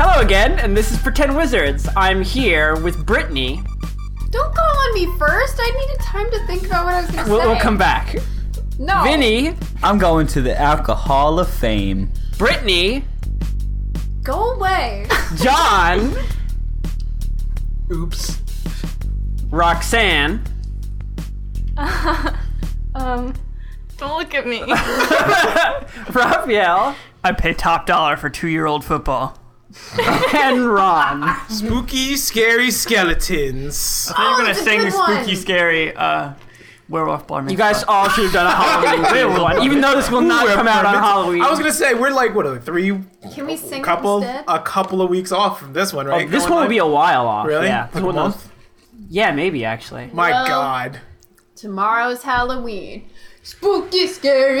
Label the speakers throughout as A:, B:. A: Joe again, and this is Pretend Wizards. I'm here with Brittany.
B: Don't call on me first. I needed time to think about what I was going to
A: We'll,
B: say.
A: we'll come back.
C: Oh.
B: No.
A: Vinny,
D: I'm going to the Alcohol of Fame.
A: Brittany,
B: Go away.
A: John,
D: Oops.
A: Roxanne,
C: Um, don't look at me.
A: Raphael,
E: I pay top dollar for two-year-old football.
A: and Ron.
F: Spooky, scary skeletons.
E: Now
B: Oh,
E: you're gonna
B: it's a
E: sing
B: good
E: the spooky,
B: one.
E: scary uh, werewolf bar.
A: You guys all should have done a Halloween themed one, even though this will not come out on Halloween.
F: I was gonna say we're like what are we, three
B: Can we sing
F: couple
B: instead?
F: a couple of weeks off from this one, right?
A: Oh, this
F: Going
A: one will
F: live?
A: be a while off.
F: really
A: Yeah.
F: Like
A: This
F: a
A: one will-
F: month.
A: Yeah, maybe actually.
F: My
B: Well-
F: God,
B: Tomorrow's Halloween. Spooky, scary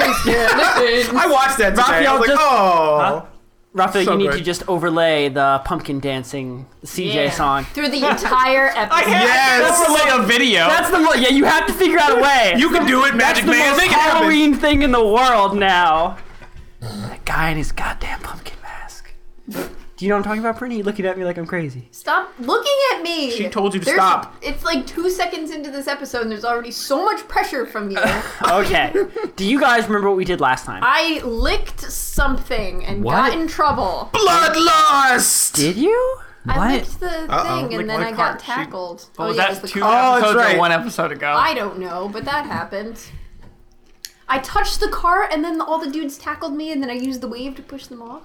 B: skeletons.
F: I watched that today. I
A: Raphael
F: was like,
A: just-
F: oh,
A: Raphael,
F: So
A: you need
F: good.
A: to just overlay the pumpkin dancing CJ
B: Yeah.
A: song.
B: Through the entire episode.
F: yes,
E: like a video.
A: That's the mo- yeah. You have to figure out a way.
F: you can do it, Magic
A: It's the
F: Man.
A: most
F: Make it happen.
A: Halloween thing in the world now. That guy in his goddamn pumpkin mask. Do you know what I'm talking about, Brittany? Looking at me like I'm crazy.
B: Stop looking at me.
F: She told you to
B: There's-
F: stop.
B: It's like two seconds into this episode, and there's already so much pressure from you.
A: Okay. Do you guys remember what we did last time?
B: I licked something and
D: What?
B: got in trouble.
F: Bloodlust.
A: did you?
B: I
D: What?
B: licked the
F: Uh-oh.
B: thing,
E: Lick
B: and then
E: my
B: I
E: cart.
B: got
E: She-
B: tackled.
E: Oh,
B: yeah, it
E: that's
B: was the
E: two
B: cart.
F: Oh,
E: episodes
F: that's right.
E: or one episode ago.
B: I don't know, but that happened. I touched the car, and then all the dudes tackled me, and then I used the wave to push them off.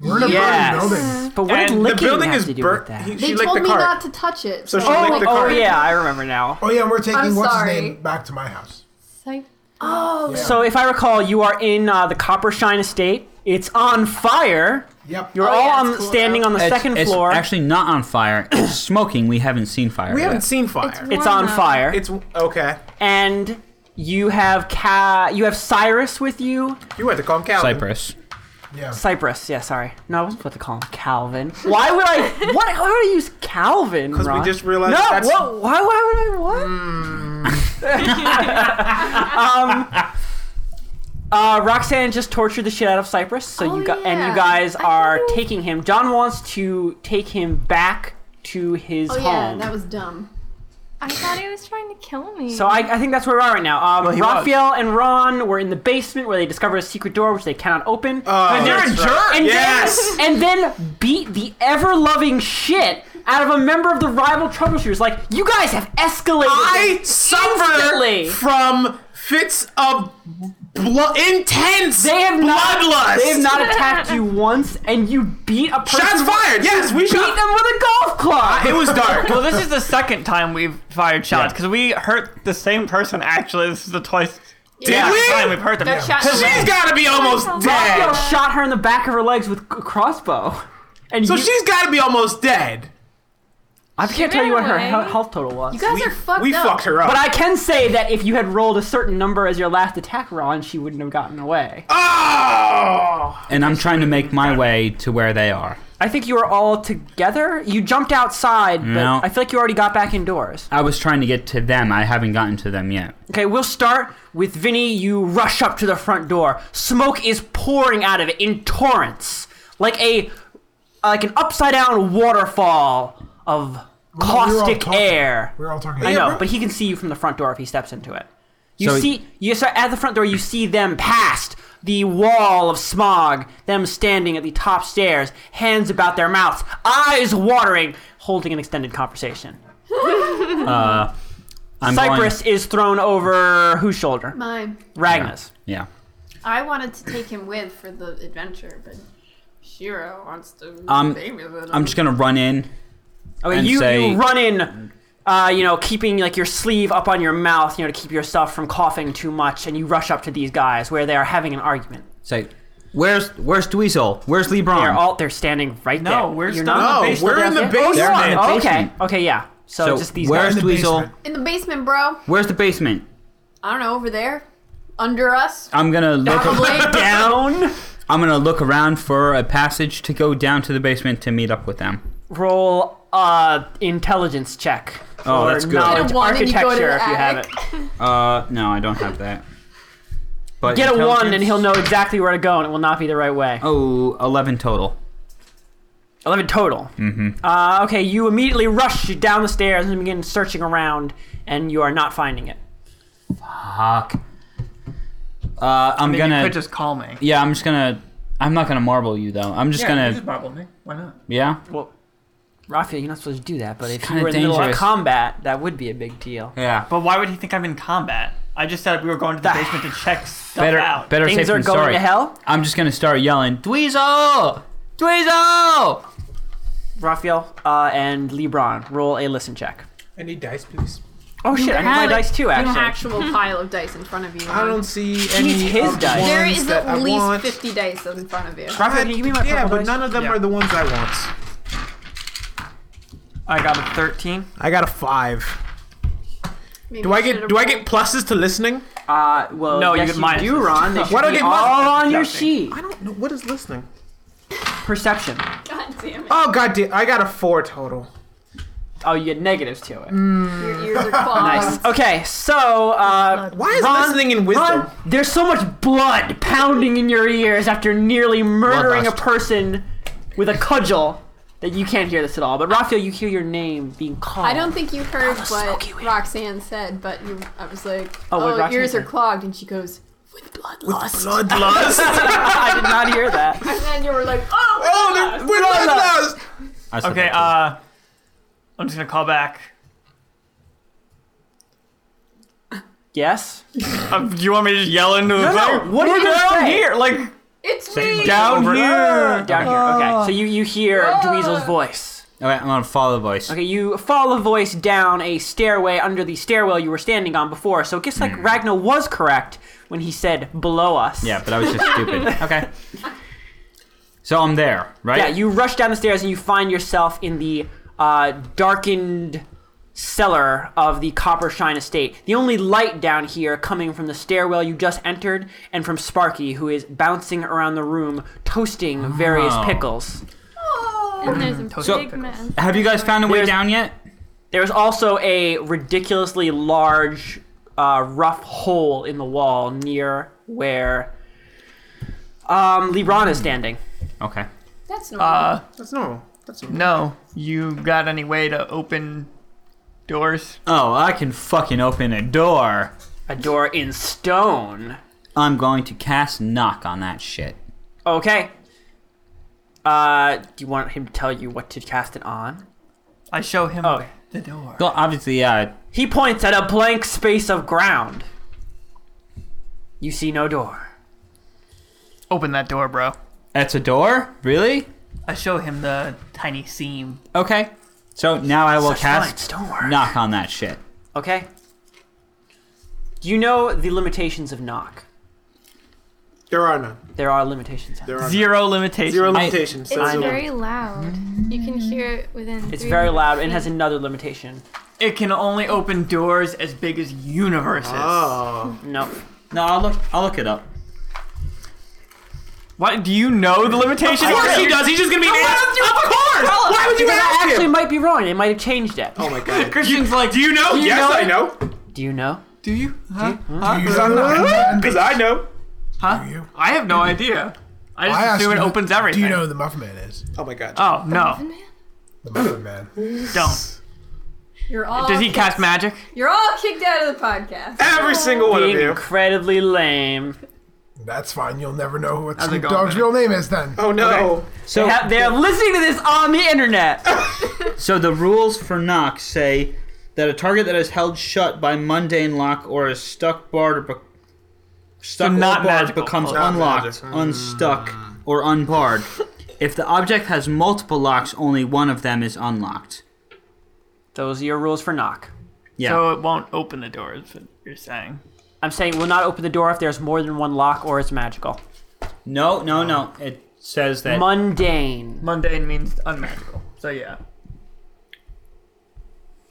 G: We're in a
A: Yes.
G: burning building.
A: But what did
E: And the
F: The
A: licking
F: building
A: have
F: is
A: to do
F: burnt.
A: with that?
F: He-
B: They
F: She licked
B: told
F: the
B: me
F: cart.
B: not to touch it.
F: So she
B: I
F: licked
A: Oh,
F: the
A: oh
F: cart.
A: yeah, I remember now.
G: Oh yeah, and we're taking
B: I'm
G: what's
B: sorry.
G: his name back to my house.
B: Oh,
A: So if I recall, you are in uh, the Coppershine Estate. It's on fire.
G: Yep.
A: You're
B: Oh,
A: all
B: yeah,
A: on,
B: it's cool
A: standing
B: now.
A: on the
D: It's-
A: second
D: it's
A: floor.
D: Actually, not on fire. It's smoking. We haven't seen fire.
F: We
D: yet.
F: haven't seen fire.
A: it's on fire,
F: It's okay.
A: and you have Ca- you have Cyrus with you.
F: You had to call him Calvin.
D: Cypress.
G: Yeah.
A: Cyprus, yeah, sorry. No, I wasn't supposed to call him Calvin. Why would I? What? Why would I use Calvin? Because
F: we just realized
A: No,
F: that's-
A: what- why? Why would I? What? um.
F: Hmm.
A: Um, Uh, Roxanne just tortured the shit out of Cyprus, so
B: Oh,
A: you got and
B: yeah.
A: you guys
B: I
A: are
B: know.
A: taking him. John wants to take him back to his
B: oh yeah,
A: home.
B: that was dumb.
C: I thought he was trying to kill me.
A: So I, I think that's where we are right now. Um,
E: he
A: Raphael and Ron were in the basement where they discovered a secret door which they cannot open.
F: Oh,
E: You're a
F: that's
E: jerk.
F: right.
A: and
F: Yes.
A: then and then beat the ever loving shit out of a member of the rival troubleshooters. Like you guys have escalated.
F: I
A: this instantly.
F: suffer from fits of blo- intense
A: They have not.
F: bloodlust.
A: They have not attacked you once, and you beat a person.
F: Shots fired. Yes, we
A: Beat
F: shot.
A: them with a golf club.
F: It was dark.
E: Well, this is the second time we've fired shots because we hurt the same person. Actually, this is the twice
F: Did
E: time
F: we?
E: we've hurt them.
B: Got shot in the
F: She's
B: leg.
F: got to be almost
A: Raphael
F: dead.
A: shot her in the back of her legs with a crossbow. And
F: So
A: you,
F: she's got to be almost dead.
A: I can't tell you what her
C: ran
A: he-
C: away.
A: health total was.
B: You guys
F: We,
B: are fucked
F: we
B: up.
F: fucked her up.
A: But I can say that if you had rolled a certain number as your last attack roll, she wouldn't have gotten away.
F: oh!
D: And I'm trying to make my way to where they are.
A: I think you were all together. You jumped outside, but
D: No.
A: I feel like you already got back indoors.
D: I was trying to get to them. I haven't gotten to them yet.
A: Okay, we'll start with Vinny. You rush up to the front door. Smoke is pouring out of it in torrents, like a like an upside down waterfall of
G: all
A: caustic
G: talking.
A: air.
G: We're all talking.
A: I know,
G: about-
A: but he can see you from the front door if he steps into it. You
D: So-
A: see, you start at the front door. You see them past the wall of smog. Them standing at the top stairs, hands about their mouths, eyes watering, holding an extended conversation.
D: I'm
A: Cypress
D: Going,
A: is thrown over whose shoulder?
B: Mine.
A: Ragna's.
D: yeah.
B: I wanted to take him with for the adventure, but Shiro wants to
D: Um,
B: stay with him.
D: I'm just gonna run in.
A: Okay,
D: And
A: you,
D: say-
A: you run in, uh, you know, keeping like your sleeve up on your mouth, you know, to keep yourself from coughing too much, and you rush up to these guys where they are having an argument.
D: Say, where's where's Dweezil? Where's LeBron?
A: They're all they're standing right there.
E: No, we're
A: You're
E: still
A: not-
E: in the
F: No,
E: basement.
F: we're in the
A: Yeah. Oh, you
D: They're
A: are.
D: in
F: basement.
D: the
A: Oh, okay.
D: basement.
A: Okay. Yeah. So,
D: so
A: just these
D: where's
A: guys.
G: In the
D: Dweezil?
G: basement.
B: in the basement, bro.
D: Where's the basement?
B: I don't know, over there, under us.
D: I'm gonna look.
B: Probably.
A: down.
D: I'm gonna look around for a passage to go down to the basement to meet up with them.
A: Roll uh intelligence check.
D: Oh,
A: or
D: that's good.
A: Knowledge
B: Get a one and you go to
A: architecture
B: the
A: if you have it.
B: attic.
D: Uh, no, I don't have that. But
A: Get a one
D: intelligence?
A: and
H: Oh.
A: he'll know exactly where to go and it will not be the right way.
D: Oh, 11 total.
A: Eleven total. Mm-hmm. Uh, okay, you immediately rush down the stairs and begin searching around, and you are not finding it.
H: Fuck. Uh, I'm
E: I mean,
H: gonna.
E: you could just call me.
H: yeah, I'm just gonna. I'm not gonna marble you though. I'm just
E: Yeah, you
H: gonna.
E: just marble me. eh? Why not?
H: yeah.
E: Well,
A: Raphael, you're not supposed to do that, but if you
H: kinda
A: were in the middle of
H: dangerous.
A: combat, that would be a big deal.
H: Yeah.
E: but why would he think I'm in combat? I just said we were going to the
A: The
E: basement to check stuff
H: Better,
E: out.
H: better
A: Things
H: safe
A: are
H: than
A: going
H: sorry.
A: to hell.
H: I'm just gonna start yelling, Dweezil, Dweezil.
A: Raphael uh, and Lebron, roll a listen check.
F: I need dice, please.
A: Oh shit, I need my
B: Have it
A: dice too.
B: An
A: Actually,
B: actual pile of dice in front of you.
F: I don't see any
A: needs his
F: of
A: dice.
F: the
B: There
F: ones
B: is
F: that I
B: at least
F: want.
B: 50 dice in front of you.
A: Raphael, can you give me my
F: yeah,
A: purple
F: but
A: dice?
F: none of them
E: Yeah.
F: are the ones I want.
E: I got a 13.
F: I got a five.
B: Maybe
F: Do I
B: you
F: get
B: should've
F: do I
B: rolled-
F: get pluses to listening?
A: Uh, well,
E: No, you
A: yes,
E: get
A: you,
E: minuses.
A: do, Ron. They should
F: do I
A: be
F: get minuses?
A: all on your
E: Nothing.
A: sheet.
F: I don't know what is listening.
A: Perception.
B: God damn it.
F: Oh god, damn, I got a four total.
A: Oh, you get negatives to it.
B: Mm. Your ears are clogged.
A: Nice. Okay, so uh,
F: Why is
A: Ron-
F: listening in wisdom?
A: Ron, there's so much blood pounding in your ears after nearly murdering a
H: Bloodlust.
A: person with a cudgel that you can't hear this at all. But Raphael, you hear your name being called.
B: I don't think you heard
A: smoky
B: what
A: weed.
B: Roxanne said, but you, I was like,
A: Oh, what
B: oh,
A: Roxanne
B: ears are
A: said?
B: clogged, and she goes, with bloodlust.
F: Bloodlust.
A: I did not hear that.
B: and then you were like, oh,
F: oh, they're- we're
A: Bloodlust.
F: bloodlust.
H: I said
E: Okay,
H: that too.
E: uh, I'm just gonna call back.
A: Yes.
E: Uh, do you want me to just yell into the
A: No, no,
E: thing?
A: what are you
E: We're
A: gonna
E: down
A: say?
E: here? Like,
B: it's me.
E: down
H: Over-
E: Ah! here.
A: Down here. Okay. So you you hear Dweezil's voice.
H: Okay, I'm gonna follow the voice.
A: Okay, you follow the voice down a stairway under the stairwell you were standing on before. So it guess like Ragnar was correct when he said below us.
H: Hmm. Yeah, but I was just stupid. Okay. So I'm there, right?
A: Yeah, you rush down the stairs and you find yourself in the uh, darkened cellar of the Copper Shine Estate. The only light down here coming from the stairwell you just entered and from Sparky, who is bouncing around the room toasting various
H: Oh.
A: pickles.
I: And there's a
H: So-
I: big man.
H: Have you guys found a way
A: There's-
H: down yet?
A: There's also a ridiculously large, uh, rough hole in the wall near where um, Lebron is standing.
H: Okay.
B: That's normal.
E: uh,
F: That's normal. That's normal.
E: no. You got any way to open doors?
H: Oh, I can fucking open a door.
A: A door in stone.
H: I'm going to cast knock on that shit.
A: Okay. Uh, do you want him to tell you what to cast it on?
E: I show him
A: Oh.
E: the door.
H: Well, obviously, uh,
A: He points at a blank space of ground. You see no door.
E: Open that door, bro.
H: that's a door. Really?
E: I show him the tiny seam.
H: Okay. So now I will
A: Such lights
H: cast
A: don't work.
H: knock on that shit.
A: Okay. Do you know the limitations of knock?
F: There are none.
A: There are limitations. on
F: There
A: it.
F: are
E: Zero limitations.
F: Zero
H: I-
F: limitations.
I: It's
F: so zero.
I: very loud. You can hear it within.
A: It's
I: 300
A: very loud and has
I: feet.
A: another limitation.
E: It can only open doors as big as universes.
F: Oh.
A: No.
H: No, I'll look. I'll look it up.
E: What? Do you know the limitations?
F: Of course he does. He's just gonna be. an ass. Of course. Oh, Why would you
A: That
F: ask
A: actually
F: him?
A: might be wrong. It might have changed it.
F: Oh my god.
E: Christian's like,
F: Do you know?
E: you
F: yes,
E: know
F: I
E: it?
F: know.
A: Do you know?
E: do you? Huh?
G: Use that Muffin Man.
F: Because I know.
E: Huh?
G: Do you?
E: I have no idea. I
G: I
E: just
G: asked
E: assume it
G: you,
E: opens everything.
G: Do you know who the Muffin Man is?
F: Oh my god.
E: Oh no!
G: The Muffin Man.
E: Don't.
B: you're all
E: Does he
B: kicked-
E: cast magic?
B: You're all kicked out of the podcast.
F: Every single one of
A: Being
F: you.
A: incredibly lame.
G: That's fine. You'll never know what
E: it
G: Snoop
E: going,
G: Dogg's
E: man?
G: real name is then.
F: Oh no.
H: So
A: They have- They're listening to this on the internet.
H: So the rules for knock say that a target that is held shut by mundane lock or is stuck barred or be- stuck
E: So not
H: or barred
E: magical.
H: becomes
E: Not
H: unlocked,
F: magic.
H: unstuck, or unbarred. if the object has multiple locks, only one of them is unlocked.
A: Those are your rules for knock.
H: Yeah.
E: So it won't open the doors. But you're saying.
A: I'm saying we'll not open the door if there's more than one lock or it's magical.
H: no, no, no. It says that.
A: Mundane.
E: Mundane means unmagical. So yeah,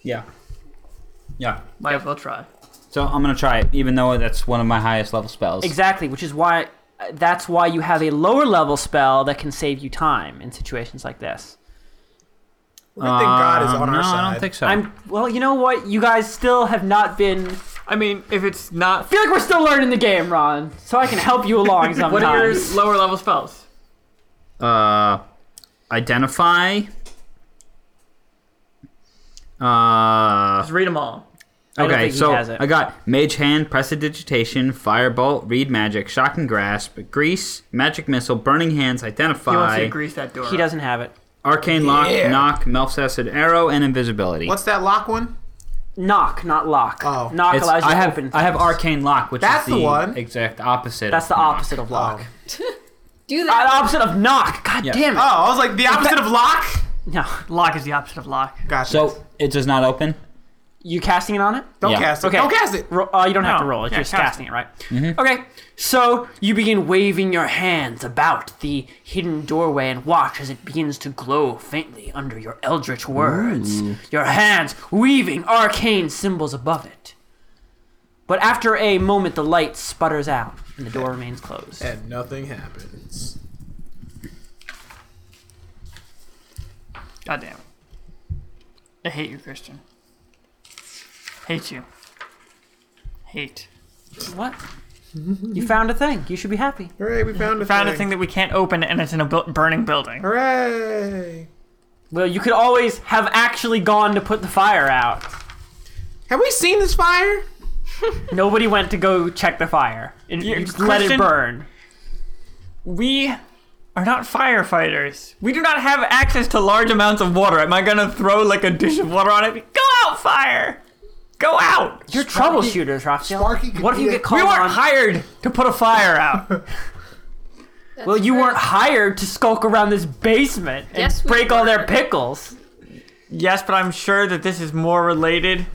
H: yeah. Yeah.
E: might as well try.
H: So I'm gonna try it, even though that's one of my highest level spells.
A: Exactly, which is why uh, that's why you have a lower level spell that can save you time in situations like this.
F: Good thing God is
H: Uh,
D: Um,
F: on
H: no,
F: our side.
H: I don't think so.
A: I'm well, you know what? You guys still have not been
E: I mean, if it's not,
A: feel like we're still learning the game, Ron, so I can help you along sometimes.
E: what are your lower level spells?
H: Uh,
D: identify. Uh,
E: Just read them all.
A: don't
D: okay,
A: think he
D: so
A: has it.
D: I got Mage Hand, Prestidigitation, Firebolt, Read Magic, Shock and Grasp, Grease, Magic Missile, Burning Hands,
E: He wants you
D: Identify,
E: to grease that door.
A: He doesn't have it.
D: Arcane Lock,
G: Yeah.
D: Knock, Melf's Acid Arrow, and Invisibility.
F: What's that lock one?
A: Knock, not lock.
F: Oh.
A: knock
D: It's-
A: allows you
D: I
A: to
D: have
A: open. Things.
D: I have Arcane Lock, which
F: That's
D: is
F: the one.
D: exact opposite.
A: That's
D: of
A: the
D: knock.
A: opposite
F: Oh.
A: of lock.
B: Do
A: Uh,
B: that.
A: the opposite of knock. God
D: Oh. Yeah.
A: damn it.
F: Oh, I was like the opposite of lock.
A: No,
E: Lock is the opposite of lock.
F: Gotcha.
D: So it does not open.
A: you casting it on it?
F: don't
D: yeah.
F: cast it.
A: Okay.
F: Don't cast it.
A: Ro- uh, you don't have
E: No,
A: to roll. It's
E: yeah,
A: just
E: cast
A: casting it, right?
D: Mm-hmm.
A: Okay. So you begin waving your hands about the hidden doorway and watch as it begins to glow faintly under your eldritch words. Your hands weaving arcane symbols above it. But after a moment, the light sputters out and the door remains closed.
F: And nothing happens.
E: God damn. I hate you, Christian. Hate you. Hate.
A: What? You found a thing. You should be happy.
F: Hooray! We found a
E: Found
F: thing.
E: a thing that we can't open, and it's in a bu- burning building.
F: Hooray!
A: Well, you could always have actually gone to put the fire out.
F: Have we seen this fire?
A: Nobody went to go check the fire. It,
E: You-
A: you just let it
E: Christian-
A: burn.
E: We are not firefighters. We do not have access to large amounts of water. Am I gonna throw like a dish of water on it? Go out, fire! Go out!
A: You're troubleshooters, Raphael.
G: Sparky could
A: what if
G: be
A: you
G: a-
A: get
E: We
A: called
E: weren't
A: on?
E: hired to put a fire out.
A: well, you weren't hired to skulk around this basement and
B: Yes, we
A: break all their
B: were.
A: pickles.
E: yes, but I'm sure that this is more related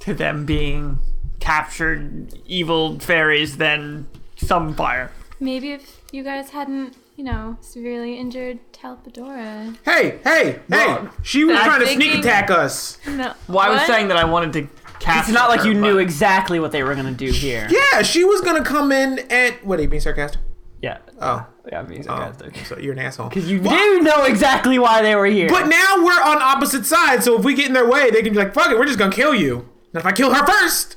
E: to them being captured evil fairies than some fire.
C: Maybe if you guys hadn't, you know, severely injured Talpadora.
F: Hey, hey, hey! She was
C: I'm
F: trying to sneak
C: thinking-
F: attack us.
C: No.
E: Well, I was saying that I wanted to capture.
A: It's not like
E: her,
A: you knew
E: but-
A: exactly what they were gonna do here.
F: Yeah, she was gonna come in and what are you being sarcastic?
A: Yeah,
F: Oh,
A: yeah, I'm being
F: oh
A: sarcastic.
F: so you're an asshole.
A: You do know exactly why they were here.
F: But now we're on opposite sides, so if we get in their way, they can be like, "Fuck it, we're just gonna kill you." And if I kill her first,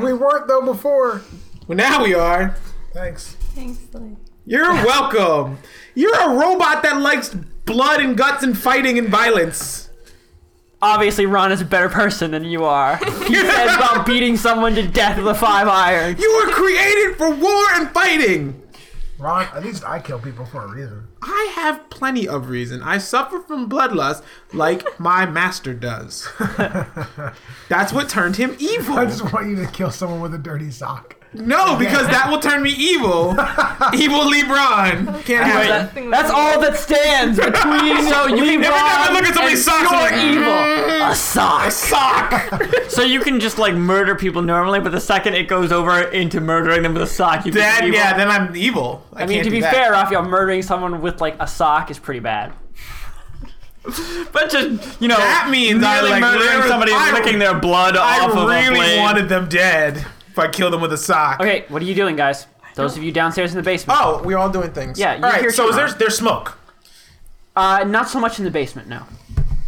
G: We weren't though before.
F: well, now we are.
G: Thanks.
C: Thanks, Lily.
F: You're welcome. You're a robot that likes blood and guts and fighting and violence.
A: Obviously, Ron is a better person than you are. He says about beating someone to death with a five iron.
F: You were created for war and fighting.
G: Ron, at least I kill people for a reason.
F: I have plenty of reason. I suffer from bloodlust like my master does. That's what turned him
G: I
F: evil.
G: just want you to kill someone with a dirty sock.
F: No, because that will turn me evil. evil LeBron. Can't have it.
A: That's all that stands between so you
F: Every time I look at somebody's socks, I'm like,
A: evil. A sock.
F: sock.
E: So you can just like murder people normally, but the second it goes over into murdering them with a sock, you become
F: Then
E: evil.
F: yeah, then I'm evil. I,
A: I mean,
F: can't
A: to
F: do
A: be
F: that.
A: fair, Raphael, murdering someone with like a sock is pretty bad.
E: But just you know,
F: That means I,
E: merely
F: like,
E: murdering
F: literally-
E: somebody,
F: I-
E: and licking their blood
F: I
E: off of a
F: really
E: blade.
F: wanted them dead. If I killed them with a sock.
A: Okay, what are you doing, guys? Those of you downstairs in the basement.
F: Oh, we're all doing things.
A: Yeah,
F: All
A: you
F: right.
A: hear
F: So is there,
A: Shimon.
F: there's smoke.
A: Uh, not so much in the basement, no.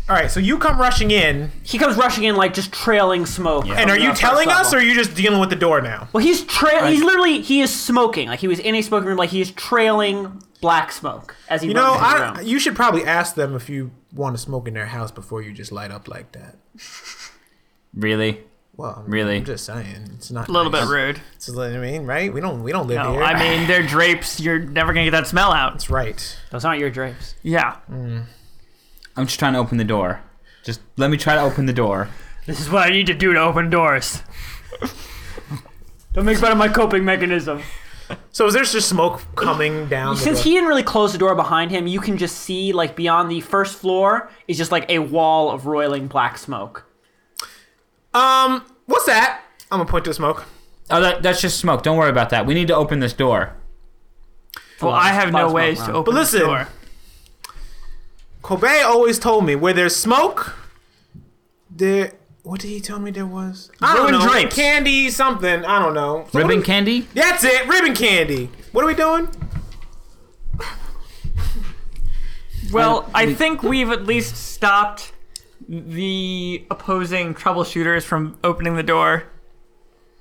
F: All right. So you come rushing in,
A: He comes rushing in, like just trailing smoke.
F: and are you telling us, or are you just dealing with the door now?
A: Well, he's trail. He's literally he is smoking. Like he was in a smoking room. Like he is trailing black smoke as he.
F: You know,
A: runs into the
F: I,
A: room.
F: you should probably ask them if you want to smoke in their house before you just light up like that.
D: Really?
F: Well, I'm-
D: Really?
F: I'm just saying, it's not
E: A little bit
F: nice.
E: rude.
F: It's- I mean, right? We don't we don't live
E: No,
F: here.
E: I mean they're drapes. You're never gonna get that smell out.
F: That's right.
A: Those aren't your drapes.
E: Yeah.
D: I'm just trying to open the door. Just let me try to open the door.
E: This is what I need to do to open doors.
A: Don't make fun of my coping mechanism.
F: So is there just smoke coming down? the
A: Since
F: door?
A: he didn't really close the door behind him, you can just see like beyond the first floor is just like a wall of roiling black smoke.
F: um, what's that? I'm gonna point to the smoke.
D: Oh, that, that's just smoke. Don't worry about that. We need to open this door.
E: Well, I have no ways to open
F: But listen.
E: this door.
F: Kobe always told me where there's smoke, there. What did he tell me there was? I don't
E: Ruined
F: know.
E: drapes.
F: Candy, something. I don't know. So
D: Ribbon
F: what do-
D: candy?
F: That's it. Ribbon candy. What are we doing?
E: Well, I think we've at least stopped the opposing troubleshooters from opening the door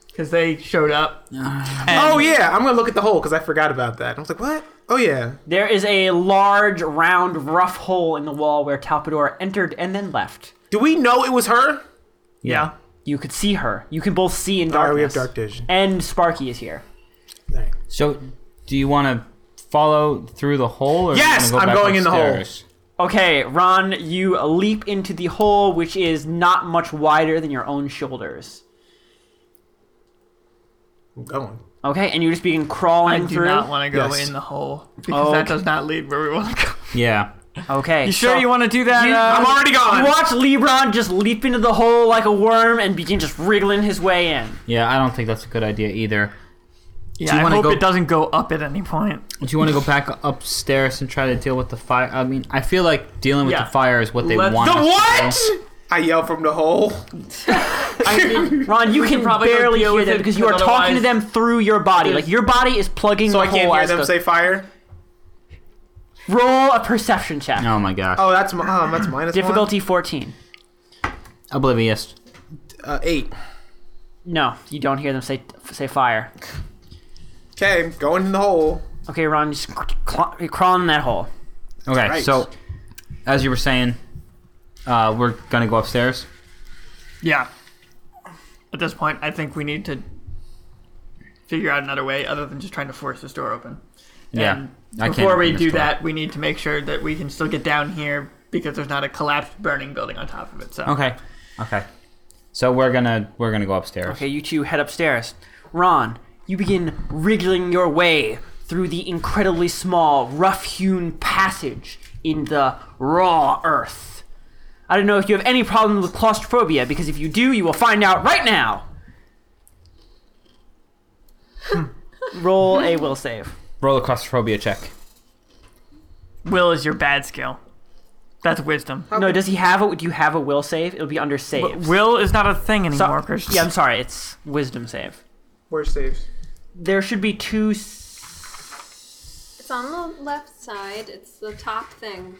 E: because they showed up.
F: Oh yeah, I'm gonna look at the hole because I forgot about that. I was like, what? Oh yeah.
A: There is a large, round, rough hole in the wall where Talpador entered and then left.
F: Do we know it was her?
E: Yeah.
A: You could see her. You can both see in
F: All
A: darkness.
F: right, we have dark vision.
A: And Sparky is here.
H: So, do you want to follow through the hole? Or
F: Yes,
H: you wanna
F: I'm
H: back
F: going in the hole.
H: upstairs?
A: Okay, Ron, you leap into the hole, which is not much wider than your own shoulders.
F: I'm going.
A: Okay, and you just begin crawling
E: I do
A: through.
E: not want to go
F: Yes.
E: in the hole because that
A: Okay.
E: does not lead where we want to go.
H: Yeah.
A: okay,
E: You sure
A: so-
E: you want to do that?
A: You-
E: uh,
A: I'm
F: already
A: You
F: gone.
A: watch Lebron just leap into the hole like a worm and begin just wriggling his way in.
H: Yeah, I don't think that's a good idea either.
E: yeah,
H: do you
E: I
H: wanna
E: hope
H: go-
E: it doesn't go up at any point.
H: Do you want to go back upstairs and try to deal with the fire? I mean, I feel like dealing with
E: Yeah.
H: the fire is what they
E: Let's-
H: want.
E: The
H: us to do.
F: I yell from the hole.
A: Ron, you can
E: probably go
A: barely
E: deal
A: hear
E: with
A: them
E: it,
A: because you are
E: because
A: talking to
E: otherwise-
A: them through your body. Like your body is plugging
F: So
A: the
F: I can't
A: hole
F: hear
A: as
F: them
A: the-
F: say fire.
A: Roll a perception check.
H: Oh my gosh.
F: Oh, that's my, um, that's minus
A: Difficulty 14.
H: Oblivious.
F: one. Uh, eight.
A: No, you don't hear them say say fire.
F: Okay, going in the hole.
A: Okay, Ron, just cr- cl- crawling in that hole.
H: Okay,
F: Right.
H: so as you were saying, uh, we're gonna go upstairs.
E: Yeah. At this point, I think we need to figure out another way other than just trying to force this door open.
H: Yeah.
E: And
H: I can't
E: before we
H: open this
E: do
H: door.
E: that, we need to make sure that we can still get down here because there's not a collapsed burning building on top of it. So
H: Okay. Okay. So we're gonna we're gonna go upstairs.
A: Okay, you two head upstairs. Ron, you begin wriggling your way through the incredibly small, rough hewn passage in the raw earth. I don't know if you have any problem with claustrophobia, because if you do, you will find out right now. Hmm. Roll a will save.
H: Roll a claustrophobia check.
E: will is your bad skill. That's wisdom.
A: No, does he have a? Do you have a will save? It'll be under
E: But
A: saves.
E: will is not a thing
A: So-
E: anymore, Chris.
A: yeah, I'm sorry. It's wisdom save.
F: Where's saves?
A: There should be two. s-
B: It's on the left side. It's the top thing.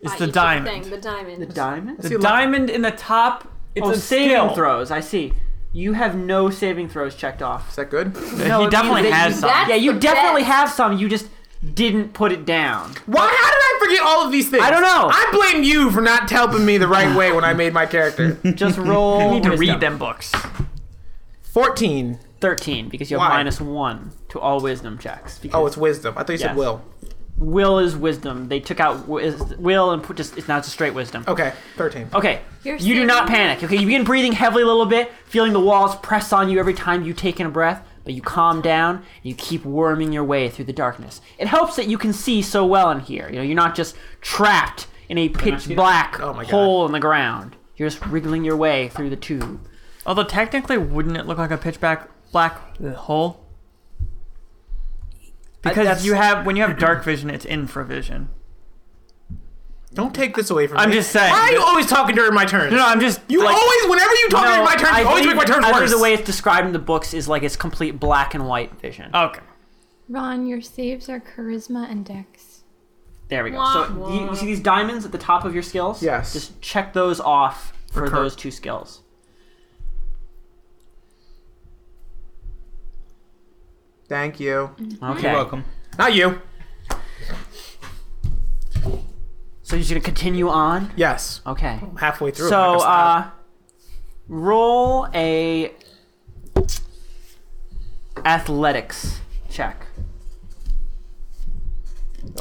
E: It's
B: by
E: the
B: each of
E: diamond.
B: Thing, the diamond.
A: diamond.
E: The diamond in the top. It's
A: Oh,
E: a
A: saving
E: skill.
A: throws. I see. You have no saving throws checked off.
F: Is that good?
A: No,
E: he
A: it
E: definitely
A: means that
E: has
A: you-
E: some.
B: That's
A: yeah, you
B: the
A: definitely
B: best.
A: have some. You just didn't put it down.
F: Why? How did I forget all of these things?
A: I don't know.
F: I blame you for not helping me the right way when I made my character.
A: Just roll.
E: You need to
A: wisdom.
E: read them books.
F: Fourteen.
A: Thirteen, because you have
F: Why?
A: minus one to all wisdom checks. Because
F: Oh, it's wisdom. I thought you
A: Yes.
F: said will.
A: will is wisdom. They took out wis- will and put just it's not just straight wisdom.
F: Okay, thirteen.
A: Okay.
B: You're
A: you do not
B: saving-
A: panic. Okay, you begin breathing heavily a little bit, feeling the walls press on you every time you take in a breath, but you calm down and you keep worming your way through the darkness. It helps that you can see so well in here. You know, you're not just trapped in a pitch black
F: Oh my God.
A: hole in the ground. You're just wriggling your way through the tube.
E: Although technically, wouldn't it look like a pitch black black hole? Because
A: that's-
E: you have when you have dark vision, it's infravision.
F: Don't take this away from
E: I'm
F: me.
E: just saying.
F: Why are you always talking during my turns?
E: No, no, I'm just
F: you
E: like,
F: always, whenever you talk during my turns,
A: I
F: you always
A: believe-
F: make my turns
A: I believe
F: worse.
A: the way it's described in the books is like it's complete black and white
F: Oh,
A: vision.
E: okay.
C: Ron, your saves are charisma and dex.
A: There we go.
B: Wah,
A: so
B: wah.
A: You, you see these diamonds at the top of your skills?
F: Yes.
A: Just check those off for
E: cur-
A: those two skills.
F: Thank you.
A: Okay.
H: You're welcome.
F: Not you.
A: So you're just gonna continue on?
F: Yes.
A: Okay.
F: I'm halfway through.
A: So
F: I'm not gonna stop.
A: uh roll a athletics check.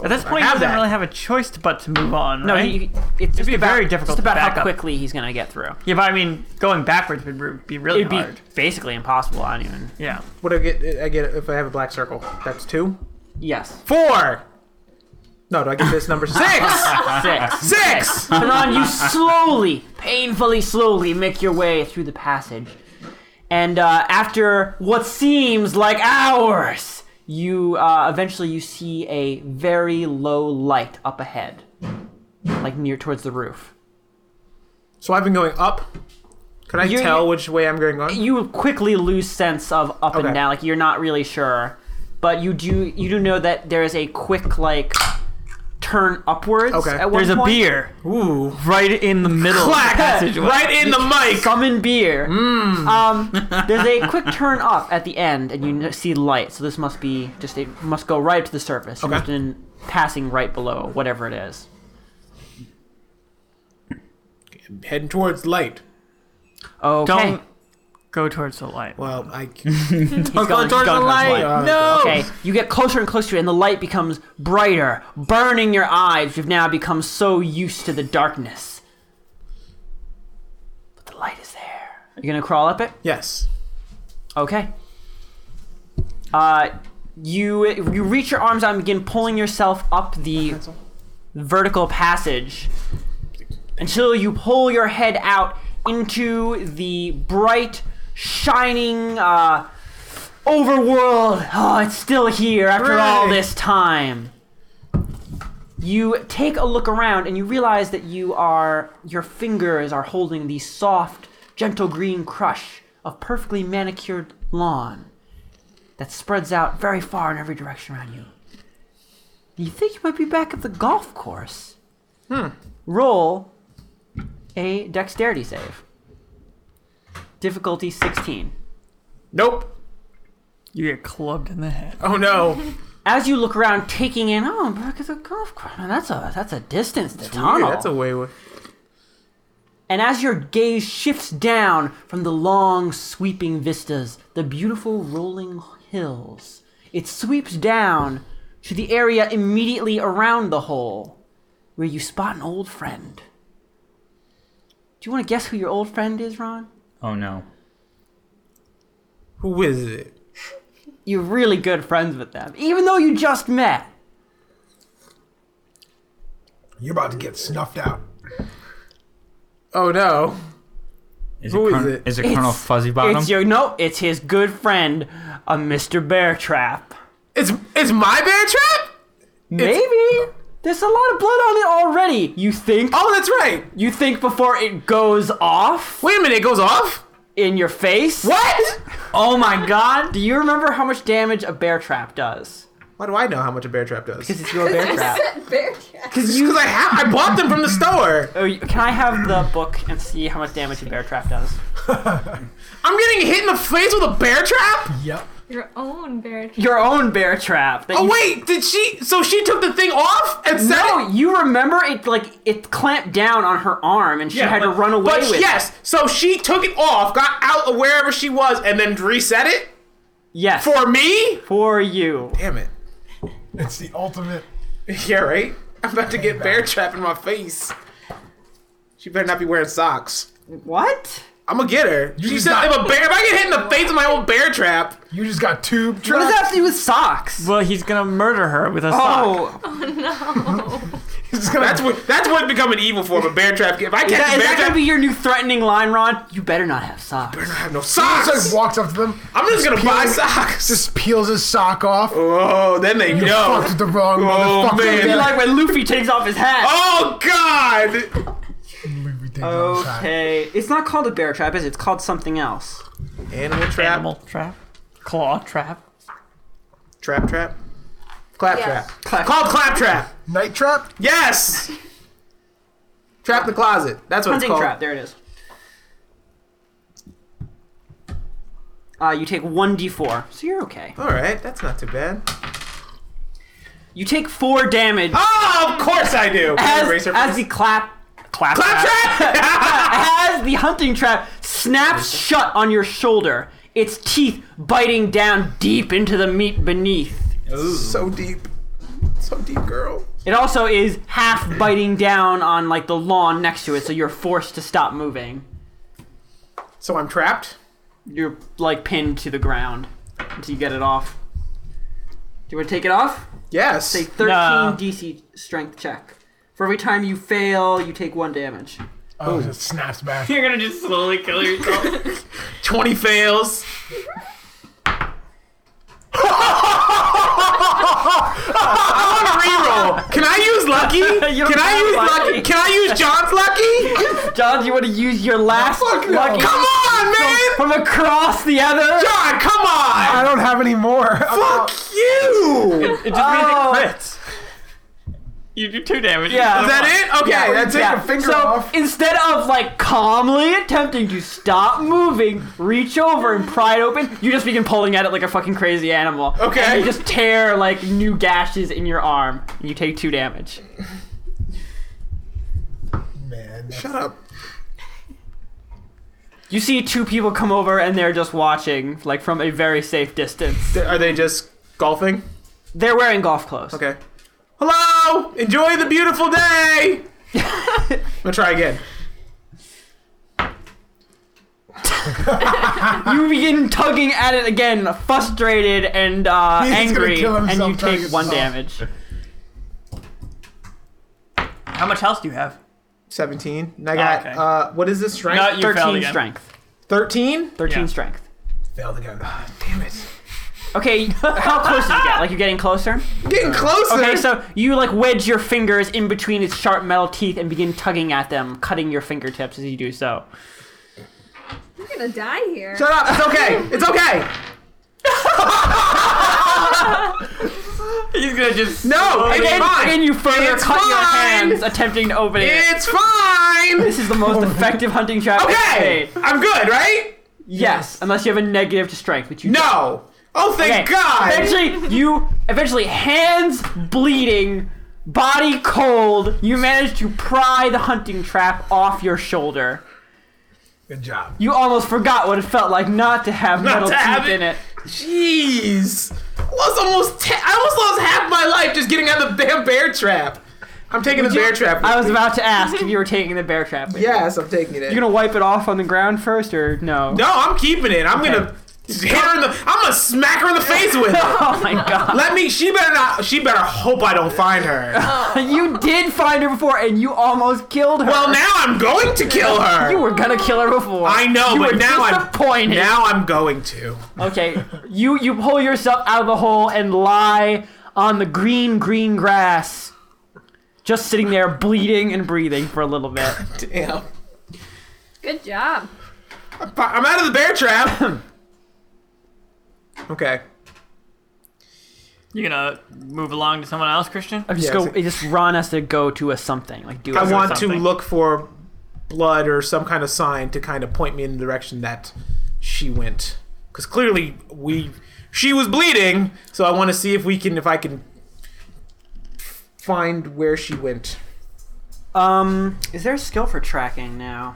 E: At this point,
F: have
E: he doesn't
F: that.
E: really have a choice to, but to move on,
A: No,
E: right?
A: he, it's just
E: be
A: about,
E: very
A: just
E: difficult to
A: about
E: back
A: how
E: up.
A: quickly he's gonna get through.
E: yeah, but I mean, going backwards would re- be really
A: It'd be
E: hard.
A: basically impossible. I don't even.
E: Yeah.
F: what do I get? I get if I have a black circle. That's two.
A: Yes.
F: Four. No, do I get this number six?
A: Six.
F: six.
A: Theron, you slowly, painfully slowly make your way through the passage. And uh, after what seems like hours, you uh, eventually you see a very low light up ahead, like near towards the roof.
F: So I've been going up. Could I
A: You're-
F: tell which way I'm going on?
A: You quickly lose sense of up
F: Okay.
A: and down, like you're not really sure, but you do you do know that there is a quick like turn upwards.
F: Okay.
A: At one
E: There's a
A: point.
E: beer
F: Ooh.
E: right in the middle of the passageway.
F: Right in the mic.
A: Summon beer. Um, there's a quick turn up at the end, and you n- see light. So this must be just it must go right up to the surface.
F: Okay.
A: Just in passing right below whatever it is.
F: Heading towards light.
A: Okay.
E: Don't go towards the light.
F: Well, I.
A: He's going, he's going towards the light.
F: no.
A: Okay, you get closer and closer, and the light becomes brighter, burning your eyes. You've now become so used to the darkness. But the light is there. Are you gonna crawl up it?
F: Yes.
A: Okay. Uh, you you reach your arms out and begin pulling yourself up the vertical passage until you pull your head out into the bright, shining uh, overworld. Oh, it's still here after all
F: Hooray.
A: this time. You take a look around and you realize that you are your fingers are holding the soft, gentle green crush of perfectly manicured lawn that spreads out very far in every direction around you. You think you might be back at the golf course. Hmm. Roll a dexterity save. Difficulty 16.
F: Nope.
E: You get clubbed in the head.
F: Oh no.
A: As you look around, taking in, oh, I'm back at the golf course. Man, that's a that's a distance to tunnel.
F: Dude, that's a way. wa-
A: And as your gaze shifts down from the long, sweeping vistas, the beautiful rolling hills, it sweeps down to the area immediately around the hole where you spot an old friend. Do you want to guess who your old friend is, Ron?
H: Oh no.
F: Who is it?
A: You're really good friends with them, even though you just met.
G: You're about to get snuffed out.
F: Oh no.
H: Is it,
F: Who is
H: Colonel,
F: it?
H: is it Colonel
A: It's-
H: Fuzzy Bottom?
A: It's your no, it's his good friend, a Mr. Bear Trap.
F: It's it's my bear trap.
A: Maybe there's a lot of blood on it already. You think
F: Oh, that's right.
A: you think before it goes off
F: Wait a minute. It goes off.
A: in your face?
F: What?
A: Oh my god. Do you remember how much damage a bear trap does?
F: Why do I know how much a bear trap does?
A: Because it's your bear trap.
B: Bear trap.
F: Because I ha- I bought them from the store.
A: Oh, you- can I have the book and see how much damage a bear trap does?
F: I'm getting hit in the face with a bear trap.
G: Yep.
C: Your own bear trap.
A: Your own bear trap. That
F: Oh
A: you-
F: wait, did she? So she took the thing off and set
A: No,
F: it.
A: you remember it like it clamped down on her arm and she had to run away
F: But
A: with it.
F: yes, so she took it off, got out of wherever she was, and then reset it
A: Yes.
F: for me.
A: for you.
F: Damn it.
G: It's the ultimate.
F: Yeah, right. I'm about to get bear trap in my face. She better not be wearing socks.
A: What?
F: I'm gonna get her. she
G: just
F: said,
G: got-
F: "If a bear, if I get hit in the face with my own bear trap,
G: You just got tube
A: What does
G: trapped.
A: that have to do with socks?
E: Well, he's gonna murder her with a sock.
A: Oh,
F: that's what that's what becoming evil for. But bear trap, if I catch
A: is that, is
F: a bear
A: that
F: trap,
A: gonna be your new threatening line, Ron? You better not have socks.
F: I have no
G: Just
F: socks.
G: like walks up to them,
F: I'm just gonna buy
G: peeling-
F: socks.
G: just peels his sock off.
F: Oh, then they
G: You
F: know.
G: fucked the wrong
F: Oh,
G: motherfucker.
A: Be
F: man.
A: like when Luffy takes off his hat.
F: Oh God!
G: Movie thing on
A: Oh!
G: the side.
A: Okay, it's not called a bear trap, is it? It's called something else.
F: Animal trap,
E: Animal trap. Claw trap.
F: trap, trap, clap
B: Yes.
F: trap, called clap trap.
G: Night trap. Oh,
F: Yes. trap the closet. That's what
A: Hunting
F: it's called.
A: trap. There it is. Uh, you take one d4, so you're okay.
F: All right, that's not too bad.
A: You take four damage
F: Oh, of course I do.
A: as,
F: Eraser
A: as the clap, clap,
F: clap trap.
A: as the hunting trap snaps shut on your shoulder, its teeth biting down deep into the meat beneath.
F: so deep, so deep, girl.
A: It also is half biting down on like the lawn next to it, so you're forced to stop moving.
F: So I'm trapped.
A: You're like pinned to the ground until you get it off. Do you want to take it off?
F: Yes.
A: It's a 13
E: No.
A: DC strength check. For every time you fail, you take one damage.
G: Oh, just snaps back.
E: You're gonna just slowly kill yourself.
F: Twenty fails. I want to reroll. Can I use lucky?
A: You don't
F: Can I
A: have
F: use
A: lucky.
F: lucky? Can I use John's lucky?
A: John, do you want to use your last
G: Fuck no.
A: lucky
F: Come on, man!
A: from across the other?
F: John, come
G: I
F: on!
G: don't have any more.
F: Fuck you!
E: It just means
A: Oh.
E: it crits. You do two damage.
A: Yeah.
F: Is that it? Okay, that's
G: Take
A: Yeah.
G: a finger
A: so
G: off.
A: instead of like calmly attempting to stop moving, reach over and pry it open, you just begin pulling at it like a fucking crazy animal.
F: Okay.
A: And you just tear like new gashes in your arm. And you take two damage.
G: Man,
F: it. Shut up.
A: You see two people come over and they're just watching, like from a very safe distance.
F: Th- Are they just golfing?
A: They're wearing golf clothes.
F: Okay. Hello! Enjoy the beautiful day! I'm gonna try again.
A: You begin tugging at it again, frustrated and uh,
G: He's gonna
A: angry,
G: kill
A: and
G: himself
A: you
G: trying to
A: take
G: get
A: one
G: this off.
A: damage.
E: How much health do you have?
F: 17.
A: Oh,
F: And I got,
E: Okay.
F: uh, what is this strength?
E: No, you failed
A: Thirteen
E: again.
A: strength.
F: 13?
A: Thirteen
E: Yeah.
A: strength.
G: failed again.
F: Damn it.
A: Okay, how close did you get? Like you're getting closer?
F: Getting closer!
A: Okay, so you like wedge your fingers in between its sharp metal teeth and begin tugging at them, cutting your fingertips as you do so.
B: You're gonna die here.
F: Shut up! It's okay! It's okay!
E: He's gonna just
F: No! It's
A: Again,
F: fine!
A: again you further
F: It's
A: cut your
F: fine.
A: hands attempting to open it.
F: It's fine!
A: this is the most effective hunting trap ever
F: Okay!
A: made.
F: I'm good, right?
A: Yes, unless you have a negative to strength, which you don't.
F: No! Oh, thank
A: Okay.
F: God!
A: Eventually, you eventually hands bleeding, body cold. You manage to pry the hunting trap off your shoulder.
G: Good job.
A: You almost forgot what it felt like not to have metal
F: to
A: teeth
F: have it.
A: in it.
F: Jeez! Lost almost te- I almost lost half my life just getting out of the damn bear trap. I'm taking the bear trap.
A: I was about to ask if you were taking the bear trap. You're
F: yes, I'm taking it.
A: gonna wipe it off on the ground first, or no?
F: No, I'm keeping it. I'm gonna hit her in the. I'm gonna smack her in the face with it.
A: Oh my god!
F: Let me. She better not. She better hope I don't find her.
A: you did find her before, and you almost killed her.
F: Well, now I'm going to kill her.
A: Oh. you were gonna kill her before.
F: I know,
A: you
F: but
A: were
F: now I'm
A: disappointed.
F: Now I'm going to.
A: Okay, you you pull yourself out of the hole and lie on the green green grass, just sitting there bleeding and breathing for a little bit.
F: Damn.
B: Good job.
F: I'm out of the bear trap. okay.
E: You gonna move along to someone else, Christian?
A: I'm just
F: Yeah,
A: go.
F: it's-
A: Just Ron has to go to a something like do.
F: I
A: it.
F: want to
E: something.
F: look for blood or some kind of sign to kind of point me in the direction that she went, because clearly we she was bleeding. So I want to see if we can if I can find where she went.
A: Um, is there a skill for tracking now?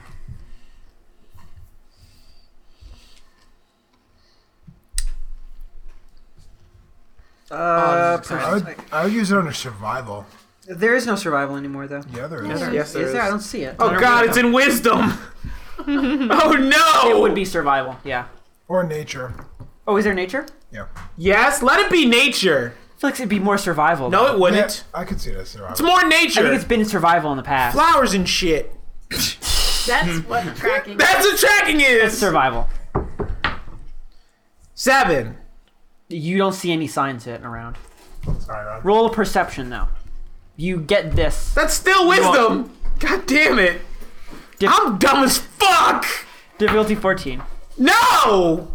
A: Uh,
G: I would, I would use it under survival.
A: there is no survival anymore, though.
G: Yeah, there is.
F: Yes, there
A: is there?
F: is.
A: I don't see it. I
F: Oh
A: don't
F: God,
A: really
F: it's in wisdom. oh
A: know.
F: no!
A: It would be survival. Yeah.
G: Or nature.
A: Oh, is there nature?
G: Yeah.
F: yes. Let it be nature.
A: I feel like it'd be more survival.
F: No, it
G: yeah
F: wouldn't.
G: I could see it as survival.
F: It's more
A: I think
F: nature.
A: it's been survival in the past.
F: Flowers and shit.
B: That's what tracking.
F: That's what tracking is.
A: Survival.
F: Seven.
A: You don't see any signs hitting around.
G: Sorry, Ron.
A: Roll a perception though. You get this.
F: That's still wisdom. God damn it.
A: Dif-
F: I'm dumb as fuck.
A: Difficulty 14.
F: No.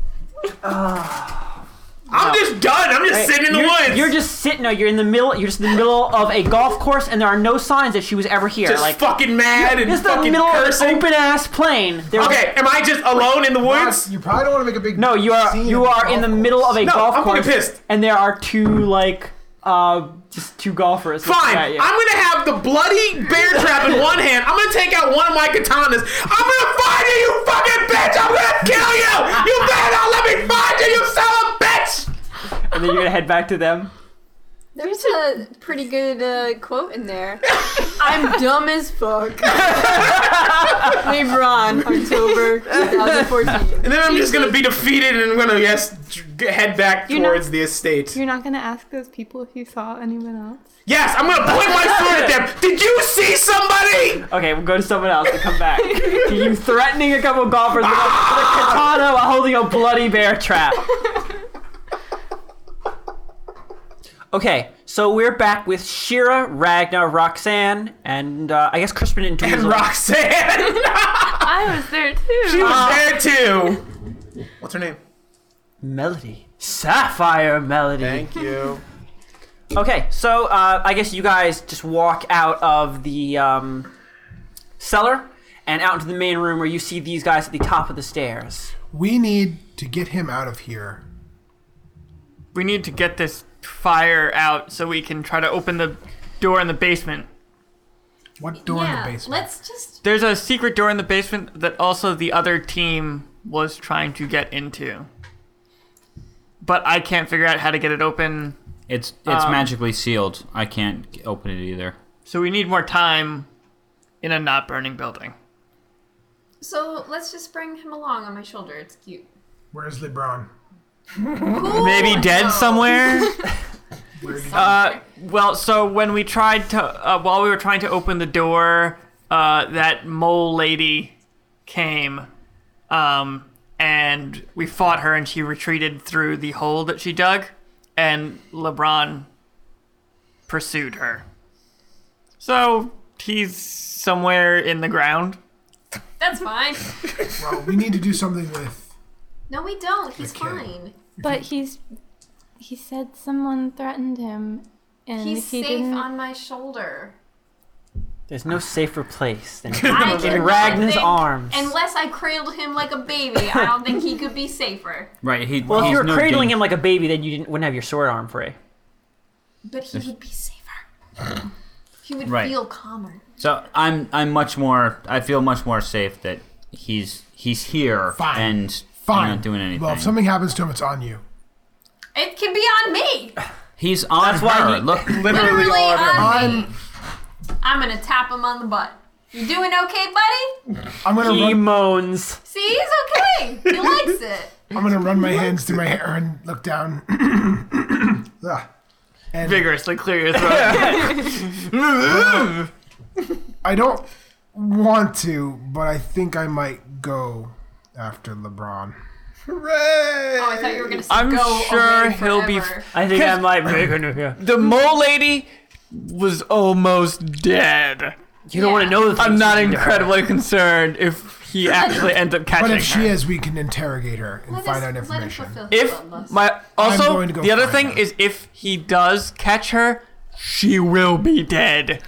F: I'm just done. I'm just sitting in the
A: Ah. you're,
F: woods.
A: You're just sitting. No, you're in the middle. You're just in the middle of a golf course, and there are no signs that she was ever here.
F: Just
A: like
F: fucking mad and
A: this is the
F: fucking
A: middle of
F: cursing.
A: an open ass plain. There
F: okay, am I just alone in the woods?
G: You probably don't want to make a big
A: No, you are
G: scene
A: you are in the middle of a
F: No,
A: golf
F: I'm fucking
A: course,
F: pissed.
A: and there are two like uh just two golfers. looking
F: Fine.
A: at you.
F: I'm gonna have the bloody bear trap in one hand. I'm gonna take out one of my katanas. I'm gonna find you, you fucking bitch. I'm gonna kill you. You better not let me find you, you son of a bitch.
A: and then you're gonna head back to them.
B: There's a pretty good uh, quote in there. I'm dumb as fuck. Leave Ron, October 2014.
F: And then I'm just gonna be defeated and I'm gonna yes dr- head back
C: You're not-
F: towards the estate.
C: You're not gonna ask those people if you saw anyone else.
F: Yes, I'm gonna point my sword at them. Did you see somebody?
A: Okay, we'll go to someone else and come back. to you threatening a couple golfers with a, with a katana while holding a bloody bear trap. Okay, so we're back with Shira, Ragnar, Roxanne, and uh, I guess Crispin and
F: And
A: Dweezil.
F: Roxanne.
C: I was there too.
F: she was there too. What's her name?
A: Melody. Sapphire Melody.
F: you.
A: Okay, so uh, I guess you guys just walk out of the um, cellar and out into the main room where you see these guys at the top of the stairs.
G: We need to get him out of here.
E: We need to get this fire out so we can try to open the door in the basement.
G: What door
C: yeah,
G: in the basement?
C: let's just.
E: There's a secret door in the basement that also the other team was trying to get into. But I can't figure out how to get it open,
H: It's it's
E: Um,
H: magically sealed. I can't open it either.
E: so we need more time in a not burning building.
C: So let's just bring him along on my shoulder. It's cute.
G: Where's LeBron?
E: Maybe dead somewhere?
G: Where did he-
E: Uh, well, so when we tried to, uh, while we were trying to open the door, uh, that mole lady came, um, and we fought her, and she retreated through the hole that she dug, and LeBron pursued her. So he's somewhere in the ground.
C: That's fine.
G: well, we need to do something with.
C: No, we don't. He's
G: Okay.
C: fine. But he's.
I: He said someone threatened him, and
C: He's
I: if he
C: safe
I: didn't,
C: on my shoulder.
A: There's no safer place than
C: I
A: in
C: cannot
A: Ragnar's
C: think-
A: arms.
C: Unless I cradled him like a baby, I don't think he could be safer.
H: Right. He,
A: well, if
H: he's
A: you were
H: no
A: cradling
H: dan-
A: him like a baby, then you didn't, wouldn't have your sword arm free.
C: But he would be safer. He would
H: Right.
C: feel calmer.
H: So I'm I'm much more. I feel much more safe that he's he's here
G: Fine.
H: and
G: Fine.
H: I'm not doing anything.
G: Well, if something happens to him, it's on you.
C: It can be on me.
H: he's on
A: That's
H: her.
A: why he-
H: Look,
C: Literally on me.
G: I'm.
C: I'm gonna tap him on the butt. You doing okay, buddy?
G: I'm gonna
A: He
G: run.
A: moans.
C: See, he's okay. He likes it.
G: I'm gonna run my hands through my hair and look down. Ugh. and
E: Vigorously clear your throat.
G: I don't want to, but I think I might go after LeBron.
C: Oh, I thought you were gonna say
E: I'm
C: go
E: sure
C: away
E: he'll be-
C: forever.
A: I think I might make a new here.
E: the mole lady was almost dead.
A: You don't want to
C: Yeah.
A: know the
E: I'm
A: things
E: not
A: you do to her.
E: incredibly concerned if he actually ends up catching
G: But if she
E: her.
G: is, we can interrogate her and
C: Let
G: find
C: us-
G: out
C: let him
G: information.
C: fulfill his
E: If
C: bloodlust.
E: my also
G: going to go
E: the other
G: find
E: thing
G: her.
E: is if he does catch her, she will be dead.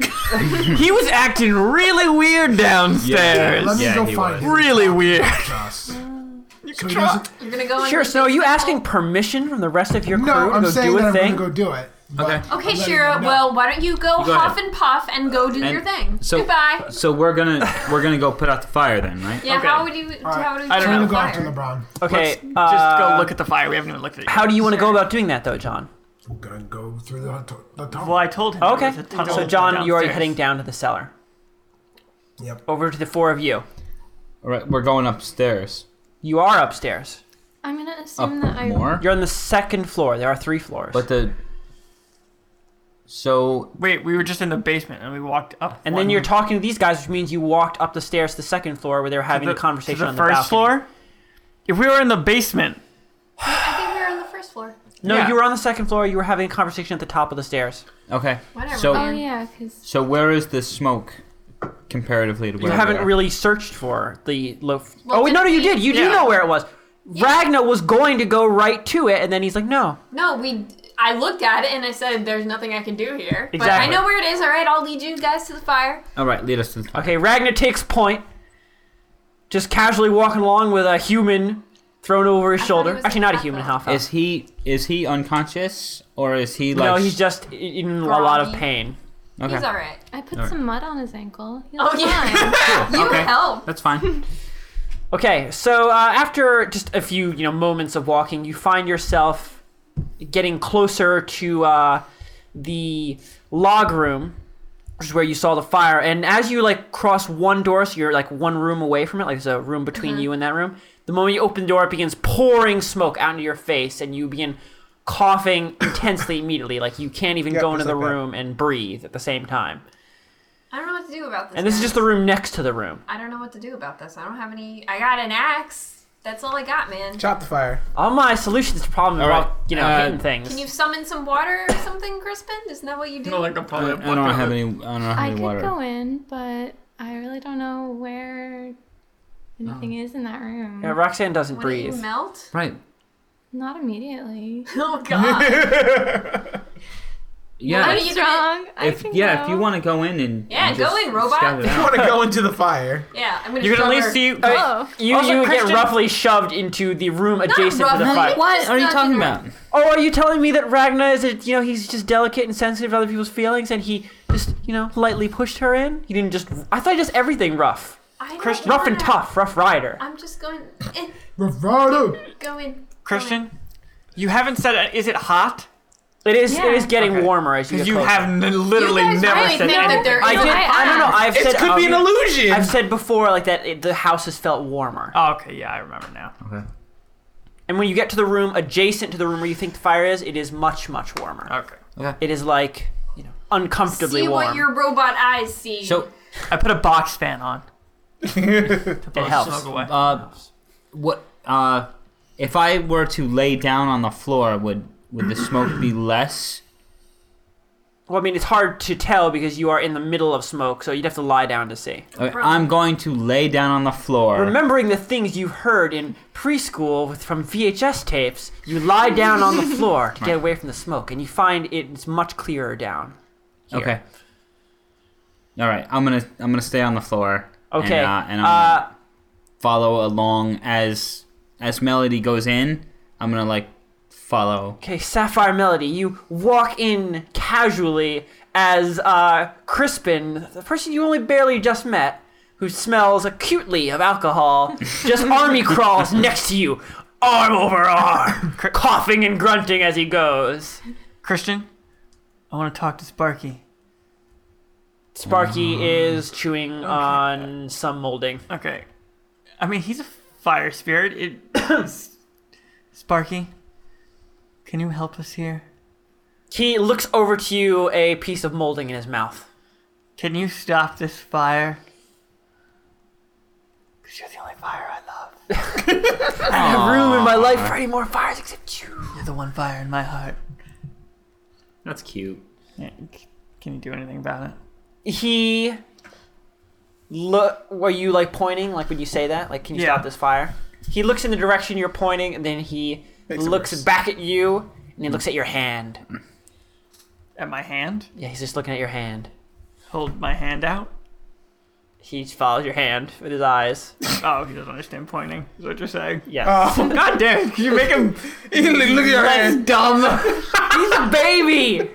E: he was acting really weird downstairs.
G: Let me
H: Yeah,
G: go
H: he
G: find
H: was.
G: him.
E: Really weird.
G: Joss. So he
E: try-
G: doesn't-
C: You're gonna go in
A: Shiro,
C: with
A: so are
C: this
A: you
C: asshole?
A: asking permission from the rest of your crew
G: No,
A: to
G: I'm
A: go
G: saying
A: do
G: that
A: a
G: I'm
A: thing?
G: gonna go do it.
H: Okay.
C: Okay,
G: Let
C: Shira.
G: him know.
C: Well, why don't you go
H: go
C: huff
H: ahead.
C: and puff and go do
H: And
C: your thing?
H: so- uh,
C: Goodbye.
H: so we're gonna we're gonna go put out the fire then, right?
C: Yeah.
E: Okay.
C: How would you? How would you?
E: I don't
G: I'm
E: know.
C: find
G: gonna go
C: fire?
G: after LeBron.
A: Okay,
E: Just go
A: uh,
E: look at the fire. We haven't even looked at it. yet.
A: How do you want to go about doing that, though, John?
G: I'm gonna go through the to- the top.
E: Well, I told him.
A: Okay,
E: there was a tunnel
A: so John, you're
E: downstairs.
A: heading down to the cellar.
G: Yep.
A: Over to the four of you.
H: All right. We're going upstairs.
A: You are upstairs.
I: I'm gonna assume
H: Up
I: that I
H: more.
A: You're on the second floor. There are three floors.
H: But the so
E: Wait, we were just in the basement and we walked up.
A: and
E: one-
A: then you're talking to these guys, which means you walked up the stairs to the second floor where they were
E: to
A: having
E: the-
A: the, conversation
E: to the
A: on the balcony.
E: first floor. If we were in the basement,
C: I think we were on the first floor.
A: No,
E: Yeah.
A: you were on the second floor. You were having a conversation at the top of the stairs.
H: okay.
C: Whatever,
H: So
C: man.
I: Oh yeah, because
H: so where is the smoke comparatively to
A: You
H: where we
A: haven't
H: are?
A: really searched for the low.
C: Well,
A: oh, wait, no, no, you
C: didn't
A: did.
C: we-
A: You do
E: Yeah.
A: know where it was. Ragnar was going to go right to it, and then he's like, no.
C: No, we. I looked at it and I said, "There's nothing I can do here." But I
A: Exactly.
C: know where it is. All right, I'll lead you guys to the fire.
H: All right. Lead us to the fire.
A: Okay, Ragnar takes point. Just casually walking along with a human thrown over
C: I thought
A: his
C: he
A: shoulder.
C: was a
A: Actually, not a human,
C: half-elf.
A: half
H: Is he is he unconscious or is he like?
A: No, he's just i- in a lot of
C: Groggy.
A: pain.
H: okay.
C: He's all right.
I: I put
H: Alright.
I: some mud on his ankle. He
C: Oh
I: looked fine.
C: yeah. you
H: okay.
C: help.
H: That's fine.
A: Okay, so uh, after just a few you know moments of walking, you find yourself getting closer to uh, the log room, which is where you saw the fire. And as you like cross one door, so you're like one room away from it, like there's a room between you and that room. The moment you open the door, it begins pouring smoke out into your face, and you begin coughing intensely immediately. Like you can't even
G: Yeah,
A: go into
G: it's
A: the
G: like that.
A: room and breathe at the same time.
C: I don't know what to do about this.
A: And this is
C: guy.
A: just the room next to the room.
C: I don't know what to do about this. I don't have any. I got an axe. That's all I got, man.
G: Chop the fire.
A: All my solutions to problem
H: All right,
A: involve you know
H: uh,
A: hitting things.
C: Can you summon some water or something, Crispin? Isn't that what you do?
E: No, like a
H: I, I
E: probably.
H: don't have any. I don't have
I: I
H: any
I: could
H: water.
I: go in, but I really don't know where anything
H: Oh.
I: is in that room.
A: Yeah, Roxanne doesn't
C: Wouldn't
A: breathe.
C: you melt?
H: Right.
I: Not immediately.
C: Oh god.
H: Yeah.
B: I mean, you can-
I: Strong. I
H: if
I: can
H: yeah,
I: go.
H: if you want to go in and
B: Yeah,
H: and
B: go
H: just
B: in, robot.
H: scout it
F: You
H: out.
F: want to go into the fire.
B: Yeah, I'm gonna.
E: You can at
B: shove
E: least
B: her-
E: see.
I: Oh.
A: You,
E: Also,
A: you would get
E: Christian-
A: roughly shoved into the room adjacent to the
B: roughly.
A: fire.
H: What
B: Just
H: are you
B: not
H: talking
B: in-
H: about?
A: Oh, are you telling me that Ragna is a, you know, he's just delicate and sensitive to other people's feelings and he just, you know, lightly pushed her in? He didn't just, I thought he just everything rough.
B: I don't
A: Rough and
B: wanna-
A: tough, rough rider.
B: I'm just going in,
G: Bravado!
B: go in.
E: Christian, you haven't said. uh, Is it hot?
A: It is, it is getting
E: Okay.
A: warmer as you
E: Because
A: get
E: you
A: closer.
E: have n- literally
B: guys
E: never
B: really
E: said
B: think that
E: anything.
B: there
A: I
B: is-
A: did.
B: No,
A: I, don't know. I've
F: It
A: said
F: could be an
A: um,
F: illusion.
A: I've said before like that it, the houses felt warmer.
E: Oh, okay, yeah, I remember now.
A: And when you get to the room adjacent to the room where you think the fire is, it is much much warmer.
E: Okay,
A: It is like you know uncomfortably
B: See
A: warm.
B: what your robot eyes see.
H: So,
E: I put a box fan on.
A: it helps.
E: Snuggle away.
H: uh, what uh, if I were to lay down on the floor? Would would the smoke be less?
A: Well, I mean, it's hard to tell because you are in the middle of smoke, so you'd have to lie down to see.
H: Okay, I'm going to lay down on the floor.
A: Remembering the things you heard in preschool with, from VHS tapes, you lie down on the floor to get away from the smoke, and you find it's much clearer down. here.
H: okay. All right, I'm gonna I'm gonna stay on the floor. and,
A: Okay.
H: uh, and I'm gonna
A: uh,
H: follow along as as Melody goes in. I'm gonna like follow.
A: Okay, Sapphire Melody, you walk in casually as uh, Crispin, the person you only barely just met, who smells acutely of alcohol, just army crawls next to you, arm over arm, coughing and grunting as he goes.
E: Christian, I want to talk to Sparky.
A: Sparky is chewing on some molding.
E: Okay, I mean he's a fire spirit. It, Sparky, can you help us here?
A: He looks over to you, a piece of molding in his mouth.
E: Can you stop this fire? Cause you're the only fire I love.
A: A room in my life for any more fires except you.
E: You're the one fire in my heart.
H: That's cute.
E: Yeah, c- Can you do anything about it?
A: he look were you like pointing like when you say that like can you
E: Yeah.
A: stop this fire he looks in the direction you're pointing and then he
F: it
A: looks
F: worse.
A: back at you and he looks at your hand
E: At my hand?
A: yeah he's just looking at your hand
E: Hold my hand out?
A: he follows your hand with his eyes
E: Oh, he doesn't understand pointing, is what you're saying.
A: yes
F: Oh,
E: God damn it, you make him
F: look at your
E: less
F: hand.
E: dumb.
A: he's a baby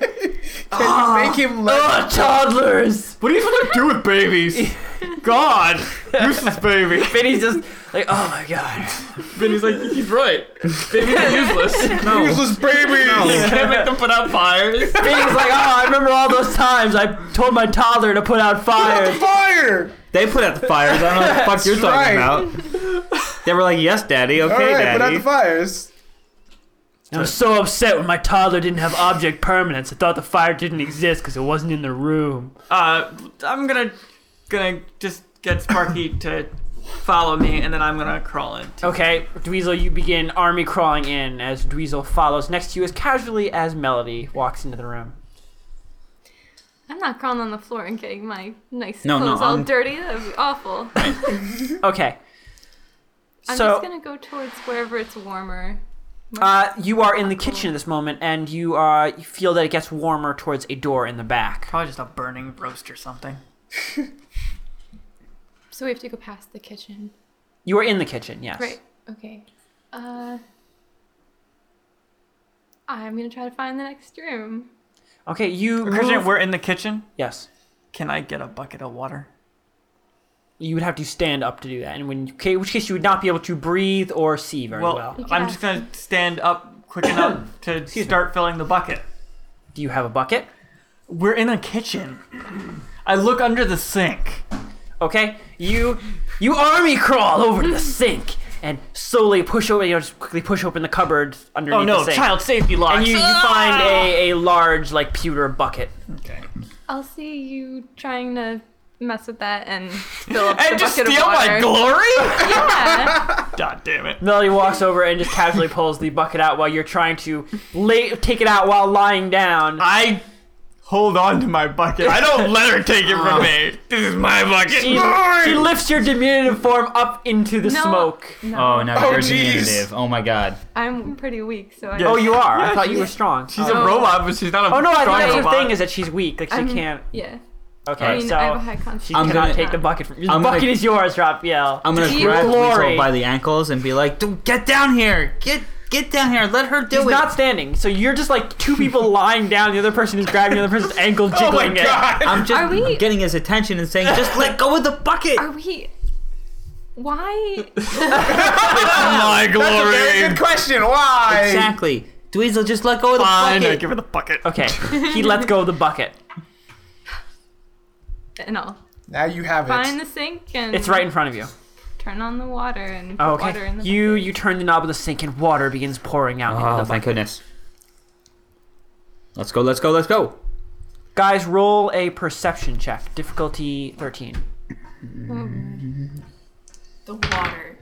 F: Can you make him less?
A: Ugh, toddlers
E: What are you supposed to do with babies? God, useless baby.
A: Vinny's just like oh my god
E: Vinny's like, he's right. Babies are useless.
F: Useless baby.
E: Can't make them put out fires.
A: Vinny's like oh I remember all those times I told my toddler to put out fires
F: Fire.
H: They put out the fires. I don't know what the fuck you're talking about. They were like, "Yes, Daddy. Okay,
F: All right, put out
H: Daddy."
F: the fires.
A: I was so upset when my toddler didn't have object permanence. I thought the fire didn't exist because it wasn't in the room.
E: Uh, I'm gonna, gonna just get Sparky to follow me, and then I'm gonna crawl in.
A: Okay, Dweezil, you begin army crawling in as Dweezil follows next to you as casually as Melody walks into the room.
I: I'm not crawling on the floor and getting my nice
H: No, no,
I: clothes all
H: I'm-
I: dirty. That would be awful.
A: Okay.
I: I'm
A: so
I: just gonna go towards wherever it's warmer.
A: uh, you are in the kitchen at this moment, and you uh, you feel that it gets warmer towards a door in the back.
E: Probably just a burning roast or something.
I: So we have to go past the kitchen.
A: You are in the kitchen, yes.
I: Right. Okay. Uh, I'm gonna try to find the next room.
A: Okay, you
E: Christian,
A: move.
E: we're in the kitchen.
A: yes.
E: Can I get a bucket of water?
A: You would have to stand up to do that, and when okay, in which case you would not be able to breathe or see very well.
E: Well,
I: can
E: I'm
I: ask
E: just gonna stand up quick enough to start filling the bucket.
A: Do you have a bucket?
E: We're in a kitchen. I look under the sink.
A: Okay, you you army crawl over to the sink and slowly push open. You know, just quickly push open the cupboard underneath
E: Oh no,
A: the sink.
E: child safety locks.
A: And you, you find a, a large like pewter bucket.
E: okay.
I: I'll see you trying to mess with that and fill up the
E: and just
I: bucket
E: steal
I: of water.
E: my glory.
I: yeah.
E: God damn it.
A: Melody walks over and just casually pulls the bucket out while you're trying to lay, take it out while lying down.
E: I hold on to my bucket. I don't let her take it from me. This is my bucket.
A: She, she lifts your diminutive form up into the
I: No.
A: smoke.
H: Oh, now
F: Oh,
H: you're
F: jeez.
H: diminutive. Oh my god.
I: I'm pretty weak, so I.
E: Yeah.
A: Oh, you are. I
E: Yeah,
A: thought you
E: she's-
A: were strong.
E: She's a robot, but she's not a
A: Uh. Oh no, I think
E: strong
A: that's her
E: robot.
A: thing is that she's weak. Like she
I: I'm-
A: can't.
I: Yeah.
A: Okay,
I: I mean,
A: so
I: I have a high con.
A: she
H: I'm
A: cannot
H: gonna-
A: take the bucket from. The
H: I'm
A: bucket
H: gonna-
A: is yours, Raphael.
H: I'm gonna
A: To
H: grab
A: glory.
H: Weasel by the ankles and be like, "Don't get down here! Get get down here! Let her do
A: He's
H: it!"
A: not standing, so you're just like two people lying down. The other person is grabbing the other person's
H: Oh
A: ankle,
E: Oh
A: jiggling it.
H: I'm just
I: Are we-
H: getting his attention and saying, "Just let go of the bucket."
I: Are we? Why?
E: my glory.
F: Very good question. Why?
H: Exactly. Dweezil, just let go of the
E: Fine, I
H: bucket.
E: give her the bucket.
A: Okay, he lets go of the bucket.
I: And I'll
F: Now you have
I: find
F: it.
I: the sink and
A: It's right in front of you.
I: turn on the water and put water
A: Okay,
I: in the.
A: you you turn the knob of the sink and water begins pouring out into
H: Oh,
A: the
H: thank
A: bucket.
H: goodness. Let's go. Let's go. Let's go.
A: Guys, roll a perception check. Difficulty thirteen.
B: The water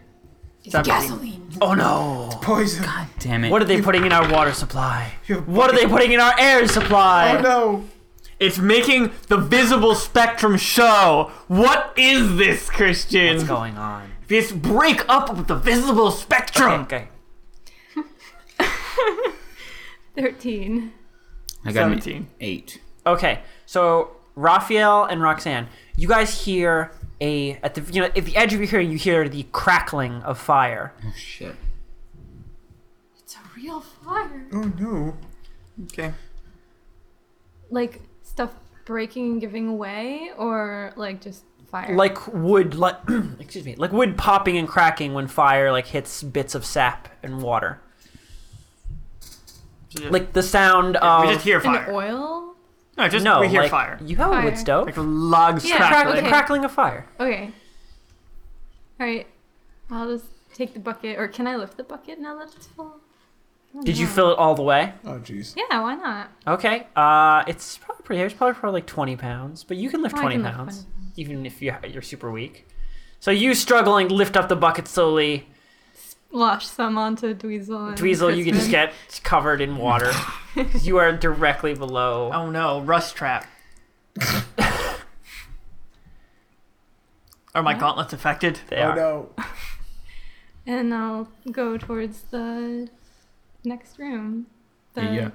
B: is gasoline.
A: Oh no!
F: Poison.
H: Damn it.
A: What are they putting in our water supply? What are they putting in our air supply?
F: No.
E: It's making the visible spectrum show. What is this, Christian?
A: What's going on?
E: This break up of the visible spectrum.
A: Okay.
I: Thirteen.
H: I got an
E: 17.
H: eight.
A: Okay, so Raphael and Roxanne, you guys hear a at the you know at the edge of your hearing, you hear the crackling of fire.
H: Oh shit.
B: It's a real fire.
F: Oh no.
E: Okay.
I: Like stuff breaking and giving way, or like just fire.
A: Like wood, like excuse me, like wood popping and cracking when fire like hits bits of sap and water. Like the sound of
E: we just hear
I: an
E: fire.
I: oil.
E: No, just
A: no,
E: we hear
A: like,
E: fire.
A: You have a
I: Fire.
A: wood stove.
E: Like logs
I: Yeah,
E: crackling.
A: the
I: okay.
A: crackling of fire.
I: Okay. All right. I'll just take the bucket, or can I lift the bucket now that it's full?
A: Did you fill it all the way?
F: Oh jeez.
I: Yeah, why not?
A: Okay. Uh, it's probably pretty heavy. It's probably for like twenty pounds, but you can lift
I: Oh, I
A: twenty
I: can lift
A: pounds even if you you're super weak. So you struggling lift up the bucket slowly.
I: Wash some onto Dweezil. And
A: Dweezil, you can just
I: Crispin.
A: get covered in water. 'Cause you are directly below.
E: Oh no, rust trap. Are my gauntlets affected?
A: They are.
F: no.
I: And I'll go towards the next room. The,
H: Yeah.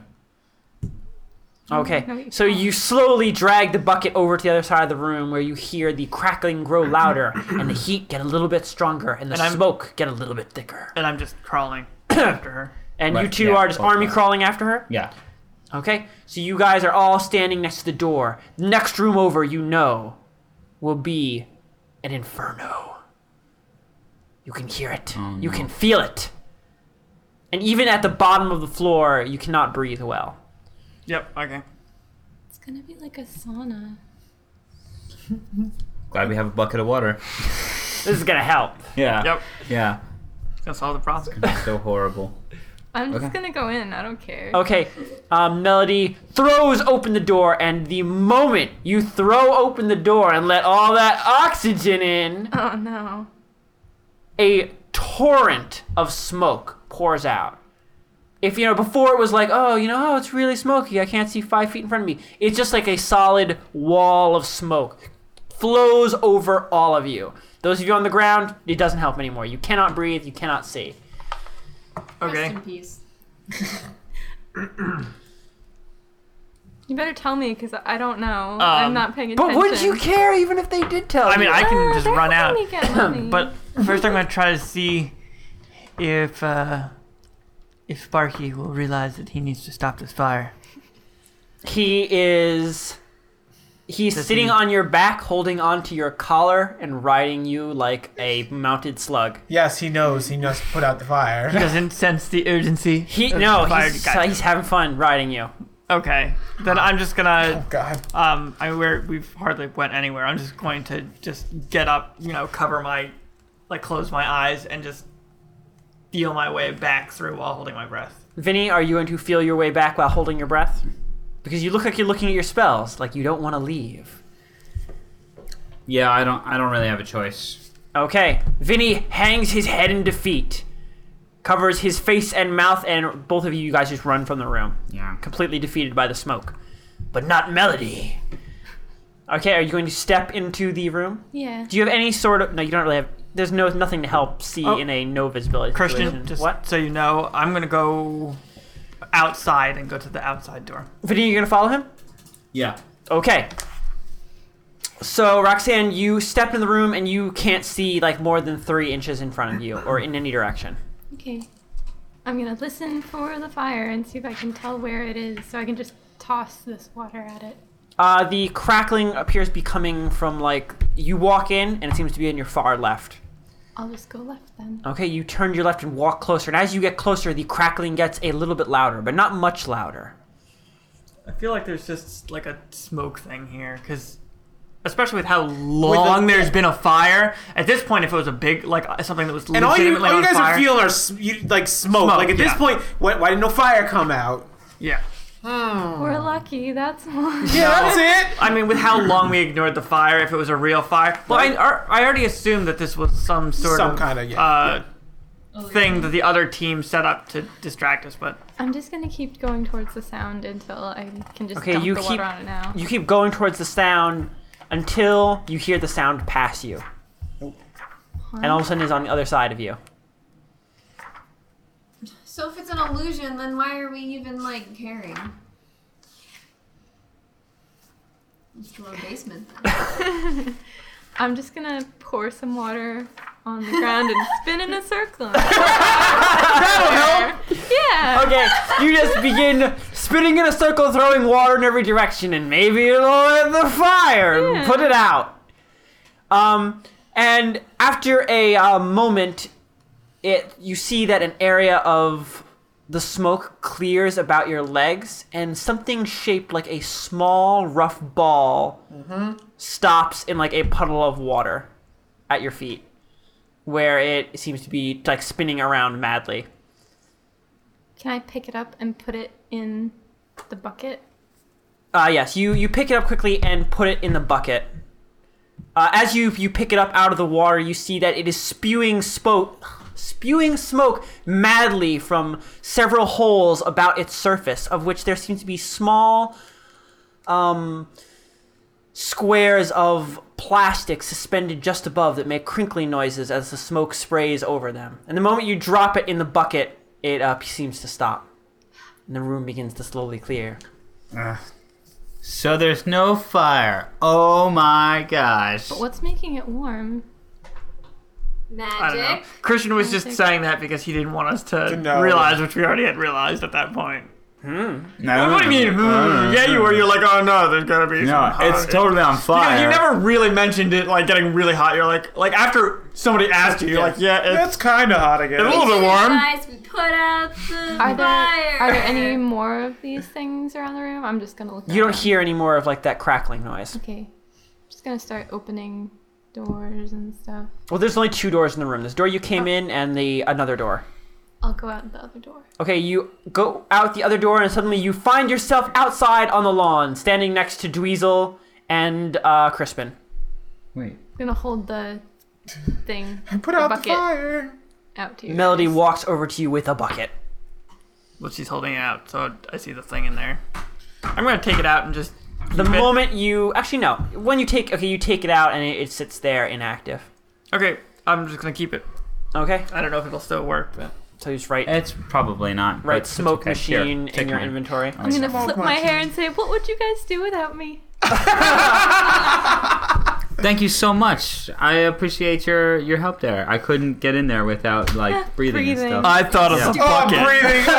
A: Okay.
I: Oh, No, wait.
A: So you slowly drag the bucket over to the other side of the room where you hear the crackling grow louder and the heat get a little bit stronger and the
E: And I'm-
A: smoke get a little bit thicker.
E: And I'm just crawling after her.
A: And you
H: Right,
A: two
H: yeah,
A: are just
H: both
A: army
H: are.
A: crawling after her?
H: Yeah.
A: Okay, so you guys are all standing next to the door. Next room over, you know, will be an inferno. You can hear it,
H: Oh,
A: you can feel it. And even at the bottom of the floor, you cannot breathe well.
E: Yep. Okay.
I: It's gonna be like a sauna.
H: Glad we have a bucket of water.
A: This is gonna help.
H: Yeah.
E: Yep.
H: Yeah.
E: Gonna solve the problem.
H: So horrible.
I: I'm just
H: Okay.
I: gonna go in. I don't care.
A: Okay, um, Melody throws open the door, and the moment you throw open the door and let all that oxygen in,
I: Oh no.
A: a torrent of smoke pours out. If you know, before it was like, oh, you know, oh, it's really smoky. I can't see five feet in front of me. It's just like a solid wall of smoke flows over all of you. Those of you on the ground, it doesn't help anymore. You cannot breathe. You cannot see.
E: Okay.
B: in peace.
I: You better tell me because I don't know. I'm not paying
A: Um, But
I: attention.
A: wouldn't you care even if they did tell
E: I mean,
A: you?
E: I can
I: Ah,
E: just
I: they're
E: run out.
I: helping me get money.
E: But first, I'm gonna try to see if uh, if Sparky will realize that he needs to stop this fire.
A: He is. He's
E: Does
A: sitting
E: he-
A: on your back, holding onto your collar and riding you like a mounted slug.
F: Yes, he knows. He knows to put out the fire.
E: Doesn't sense the urgency.
A: He
E: of
A: no,
E: the fire.
A: he's,
E: Gotcha.
A: he's having fun riding you.
E: Okay, then I'm just gonna.
F: God.
E: Um, I we're, we've hardly went anywhere. I'm just going to just get up, you know, cover my, like, close my eyes and just feel my way back through while holding my breath.
A: Vinny, are you going to feel your way back while holding your breath? Because you look like you're looking at your spells, like you don't want to leave.
H: Yeah, I don't. I don't really have a choice.
A: Okay, Vinny hangs his head in defeat, covers his face and mouth, and both of you guys just run from the room,
H: Yeah.
A: completely defeated by the smoke. but not Melody. Okay, are you going to step into the room?
I: Yeah.
A: Do you have any sort of? No, you don't really have. There's no nothing to help see
E: Oh.
A: in a no visibility.
E: Christian,
A: situation.
E: just
A: what?
E: so you know, I'm gonna go outside and go to the outside door.
A: Vidya, you're gonna follow him?
H: Yeah.
A: Okay. So Roxanne, you step in the room and you can't see like more than three inches in front of you or in any direction.
I: Okay. I'm gonna listen for the fire and see if I can tell where it is so I can just toss this water at it.
A: Uh, the crackling appears to be coming from like you walk in and it seems to be in your far left.
I: I'll just go left then.
A: Okay, you turn to your left and walk closer, and as you get closer, the crackling gets a little bit louder, but not much louder.
E: I feel like there's just like a smoke thing here, because especially with how long there's been a fire. At this point, if it was a big like uh, something that was
F: And all you,
E: legitimately
F: all you
E: on
F: guys
E: fire,
F: are feeling are s- you, like smoke.
E: Smoke,
F: Like at this
E: yeah.
F: point, why, why didn't no fire come out?
E: yeah.
A: Oh,
I: We're lucky, that's more.
F: Yeah, that's it.
E: I mean, with how long we ignored the fire, if it was a real fire. Well, I, ar- I already assumed that this was some sort
F: Some
E: of
F: kinda, yeah,
E: uh,
B: Oh,
E: thing that the other team set up to distract us. But
I: I'm just gonna keep going towards the sound until I can just
A: Okay,
I: dump
A: you
I: the
A: keep-
I: water on it now.
A: You keep going towards the sound until you hear the sound pass you. And all of a sudden it's on the other side of you.
B: So if it's an illusion, then why are we even like caring? Let's go to our basement. Then.
I: I'm just gonna pour some water on the ground and spin in a circle.
A: That'll help!
I: Yeah.
A: Okay, you just begin spinning in a circle, throwing water in every direction, and maybe it'll light the fire and
I: Yeah.
A: put it out. Um, and after a uh, moment, it you see that an area of the smoke clears about your legs, and something shaped like a small, rough ball stops in like a puddle of water at your feet, where it seems to be like spinning around madly.
I: Can I pick it up and put it in the bucket?
A: Uh, yes, you you pick it up quickly and put it in the bucket. Uh, as you you pick it up out of the water, you see that it is spewing smoke, spewing smoke madly from several holes about its surface, of which there seems to be small, um, squares of plastic suspended just above that make crinkling noises as the smoke sprays over them. And the moment you drop it in the bucket, it uh, seems to stop, and the room begins to slowly clear.
H: So there's no fire. Oh my gosh.
I: What's making it warm?
E: I don't know.
B: Magic.
E: Christian was just saying that because he didn't want us to
F: know.
E: realize, which we already had realized at that point.
H: No.
E: What do you mean? hmm, yeah, you were. You're like, oh no, there's gotta be.
H: No,
E: some
H: it's
E: hot-
H: totally on
E: You,
H: fire.
E: know, you never really mentioned it, like getting really hot. You're like, like after somebody asked you, you're like, yeah, it's,
F: That's kind of hot again. Oh,
E: it's a little bit warm.
B: Guys, we put out the
I: Are there,
B: fire.
I: are there any more of these things around the room? I'm just gonna look.
A: You don't
I: around.
A: hear any more of like that crackling noise.
I: Okay. Just gonna start opening doors and stuff.
A: Well, there's only two doors in the room. This door you came in, and the another door.
I: I'll go out the other door.
A: Okay, you go out the other door, and suddenly you find yourself outside on the lawn, standing next to Dweezil and uh, Crispin.
H: Wait.
I: I'm gonna hold the thing
F: Put
I: the
F: out
I: bucket.
F: the fire.
I: out to you.
A: Melody
I: guys.
A: walks over to you with a bucket.
E: Well, she's holding it out, so I see the thing in there. I'm gonna take it out and just.
A: The
E: keep it-
A: moment you actually no, when you take okay, you take it out, and it, it sits there inactive.
E: Okay, I'm just gonna keep it.
A: Okay,
E: I don't know if it'll still work, but
A: so you just write
H: It's probably not. but
A: write
H: it's
A: smoke
H: okay. Here,
A: machine
H: take
A: in your
H: mine.
A: inventory.
I: I'm gonna flip my hair and say, "What would you guys do without me?"
H: Thank you so much. I appreciate your your help there. I couldn't get in there without like breathing,
I: Breathing.
H: and stuff.
E: I thought of
H: Yeah.
E: the
F: Oh,
E: bucket.
F: breathing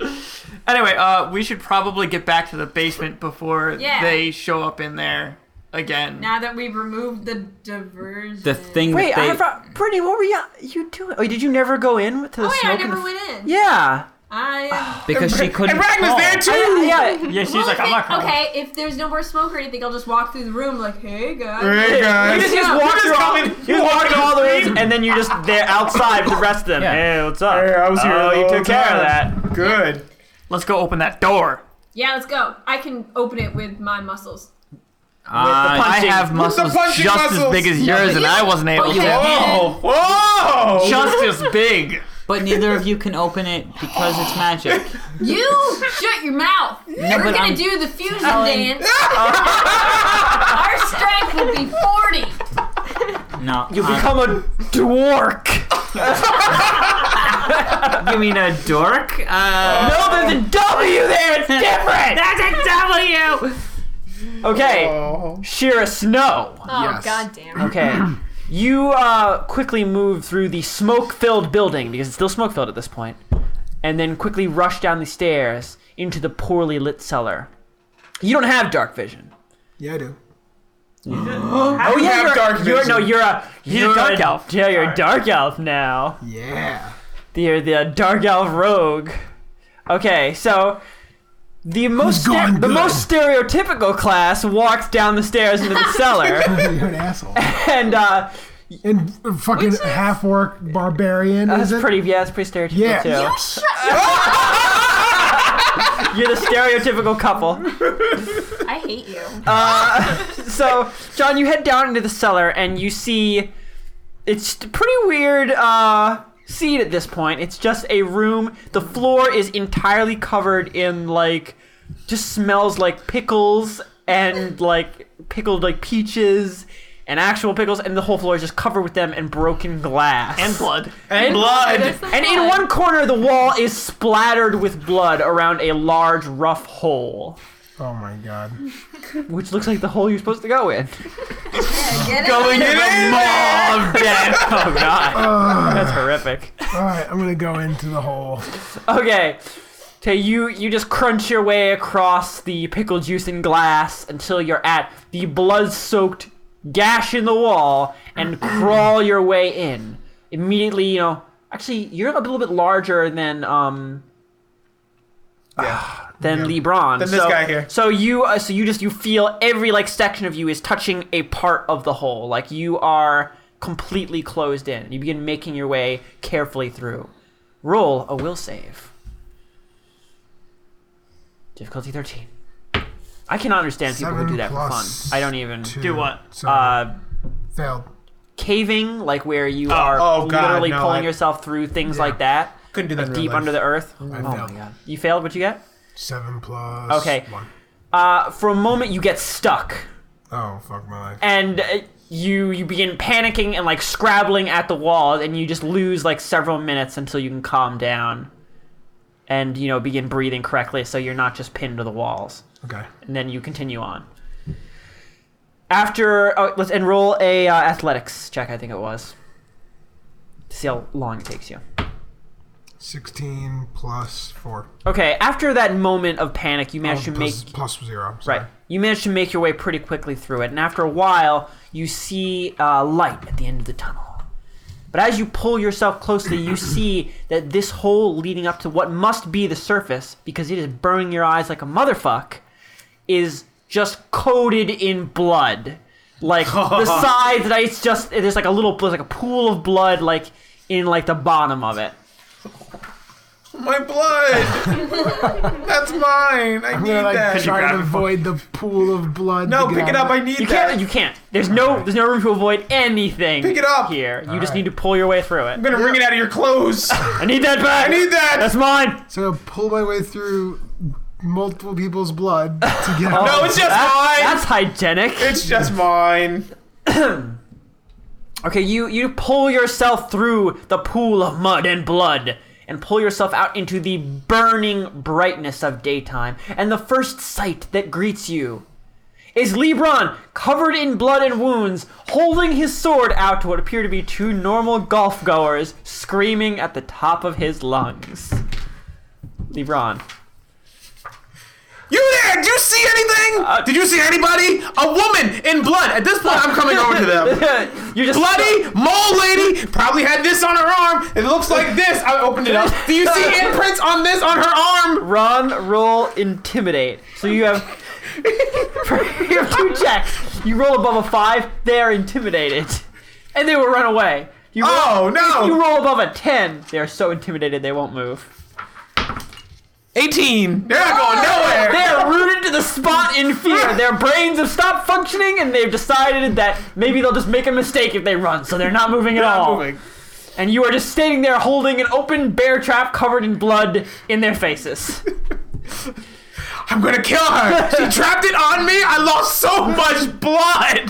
F: overrated.
E: Anyway, uh, we should probably get back to the basement before
B: Yeah.
E: they show up in there again.
J: Now that we've removed the diversion.
H: the thing
A: Wait,
H: that they
A: I forgot. Brittany, what were you you doing? Oh, did you never go in to the
B: Oh, yeah, I
A: smoke? and
B: never
A: the-
B: went in.
A: yeah.
J: uh,
B: I,
H: because she couldn't.
F: And Ragnar's
H: fall.
F: there too.
A: I- Oh, yeah.
E: Yeah, she's
B: Well,
E: like,
B: if
E: I'm
B: it-
E: not coming.
B: Okay, if there's no more smoke or anything, I'll just walk through the room like, hey guys.
F: Hey
A: You
F: guys.
A: just, you just
B: Yeah.
A: walk
F: You just
A: through all,
F: come in-
A: you just walk through all the ways, and then you're just there outside with the rest of them.
H: Yeah.
A: Hey, what's up?
F: Hey, I was here
A: Oh,
F: the
A: you
F: whole
A: took care of that.
F: Good.
E: Let's go open that door.
B: Yeah, let's go. I can open it with my muscles.
H: Uh, I
A: punching-
H: have
A: with
H: muscles
F: punching
H: just
F: muscles.
H: as big as yours, and I wasn't able
B: you
H: to.
B: have-
F: Whoa. Whoa.
E: Just as big.
H: But neither of you can open it because it's magic.
J: You shut your mouth. We're
H: but
J: gonna
H: I'm
J: do the fusion
H: telling-
J: dance. Our strength will be forty.
H: No.
E: You
H: I'm-
E: become a dwark.
H: You mean a dork? Uh,
A: No, there's a W there. It's different.
E: That's a W.
A: Okay, Shira Snow.
J: Oh
G: Yes.
J: god damn it.
A: Okay. you uh, quickly move through the smoke filled building, because it's still smoke filled at this point, and then quickly rush down the stairs into the poorly lit cellar. You don't have dark vision.
G: Yeah, I do.
A: oh, yeah,
D: have
A: you're,
D: dark
A: You're,
D: vision.
A: no, you're a, you're
E: You're
A: a dark
E: a
A: elf. Yeah, you're a dark elf now.
G: Yeah.
A: You're the dark elf rogue. Okay, so. The most
G: Who's going
A: the
G: good?
A: most stereotypical class walks down the stairs into the cellar,
G: You're an asshole.
A: and uh,
G: And fucking half orc barbarian.
A: That's
G: is it?
A: pretty. Yeah, that's pretty stereotypical
G: Yeah.
A: too. You're the stereotypical couple.
J: I hate you.
A: So, John, you head down into the cellar and you see it's a pretty weird uh, scene at this point. It's just a room. The floor is entirely covered in like just smells like pickles and like pickled like peaches and actual pickles, and the whole floor is just covered with them and broken glass
E: And blood.
A: And
E: blood.
A: And in one corner, the wall is splattered with blood around a large, rough hole,
G: Oh my god.
A: which looks like the hole you're supposed to go in.
J: Get it?
E: Going in the maw of death.
A: Oh god, that's horrific.
G: All right, I'm gonna go into the hole.
A: Okay, so you you just crunch your way across the pickle juice and glass until you're at the blood-soaked gash in the wall and crawl your way in. Immediately, you know, actually, you're a little bit larger than um ah, than LeBron.
F: Than this
A: so,
F: guy here.
A: So you, uh, so you just you feel every like section of you is touching a part of the whole. Like you are completely closed in. You begin making your way carefully through. Roll a will save. Difficulty thirteen. I cannot understand people who
G: Seven
A: do that for fun.
G: plus
A: I don't even.
G: two.
E: Do what?
G: So,
A: Uh,
G: failed.
A: caving, like where you are
F: oh, God,
A: literally
F: no,
A: pulling
F: I-
A: yourself through things
G: Yeah.
A: like that,
F: Couldn't do that in real
A: deep
F: life.
A: under the earth.
G: I
A: oh
G: failed.
A: my god! You failed. What you get?
G: Seven plus.
A: Okay.
G: One.
A: Uh, for a moment, you get stuck.
G: Oh fuck my life.
A: and uh, you you begin panicking and like scrabbling at the wall and you just lose like several minutes until you can calm down and you know begin breathing correctly so you're not just pinned to the walls
G: Okay.
A: and then you continue on after oh, let's enroll a uh, athletics check i think it was to see how long it takes you
G: Sixteen plus four.
A: okay after that moment of panic you manage to
G: Oh,
A: make
G: plus- plus zero. I'm sorry.
A: Right. You manage to make your way pretty quickly through it, and after a while, you see uh, light at the end of the tunnel. But as you pull yourself closely, you see that this hole leading up to what must be the surface, because it is burning your eyes like a motherfuck, is just coated in blood. Like the sides, that it's just there's like a little there's like a pool of blood like in like the bottom of it.
F: My blood. That's mine. I
G: I'm
F: need
G: gonna like
F: that.
E: you
G: try
E: grab
G: to
E: it?
G: avoid the pool of blood.
F: no,
G: to
F: pick
G: get
F: it
G: out
F: up.
G: of
F: I need
A: You
F: that.
A: can't. You can't. There's no. There's no room to avoid anything.
F: Pick it up.
A: here. You just
G: Alright.
A: need to pull your way through it.
F: I'm gonna wring it out of your clothes. I
A: I need that back.
F: need that.
A: That's mine.
G: So I pull my way through multiple people's blood to
A: Oh.
G: get out.
F: No, it's just mine.
A: That's hygienic.
F: It's just mine.
A: Okay, you you pull yourself through the pool of mud and blood and pull yourself out into the burning brightness of daytime. And the first sight that greets you is Lebron, covered in blood and wounds, holding his sword out to what appear to be two normal golf goers screaming at the top of his lungs. Lebron.
F: You there? Did you see anything?
A: Uh,
F: Did you see anybody? A woman in blood. At this point, I'm coming over to them.
A: You're just
F: Bloody mole lady probably had this on her arm. It looks like this. I opened it up. Do you see imprints on this on her arm?
A: Ron, roll intimidate. So you have you have two checks. You roll above a five, they are intimidated, and they will run away. You roll,
F: Oh
A: you
F: no!
A: roll above a ten, they are so intimidated they won't move.
F: 18. They're not going
A: They
F: nowhere.
A: are rooted to the spot in fear. Their brains have stopped functioning, and they've decided that maybe they'll just make a mistake if they run, so they're not moving at all.
F: moving.
A: and you are just standing there holding an open bear trap covered in blood in their faces.
F: I'm gonna kill her. She trapped it on me. I lost so much blood.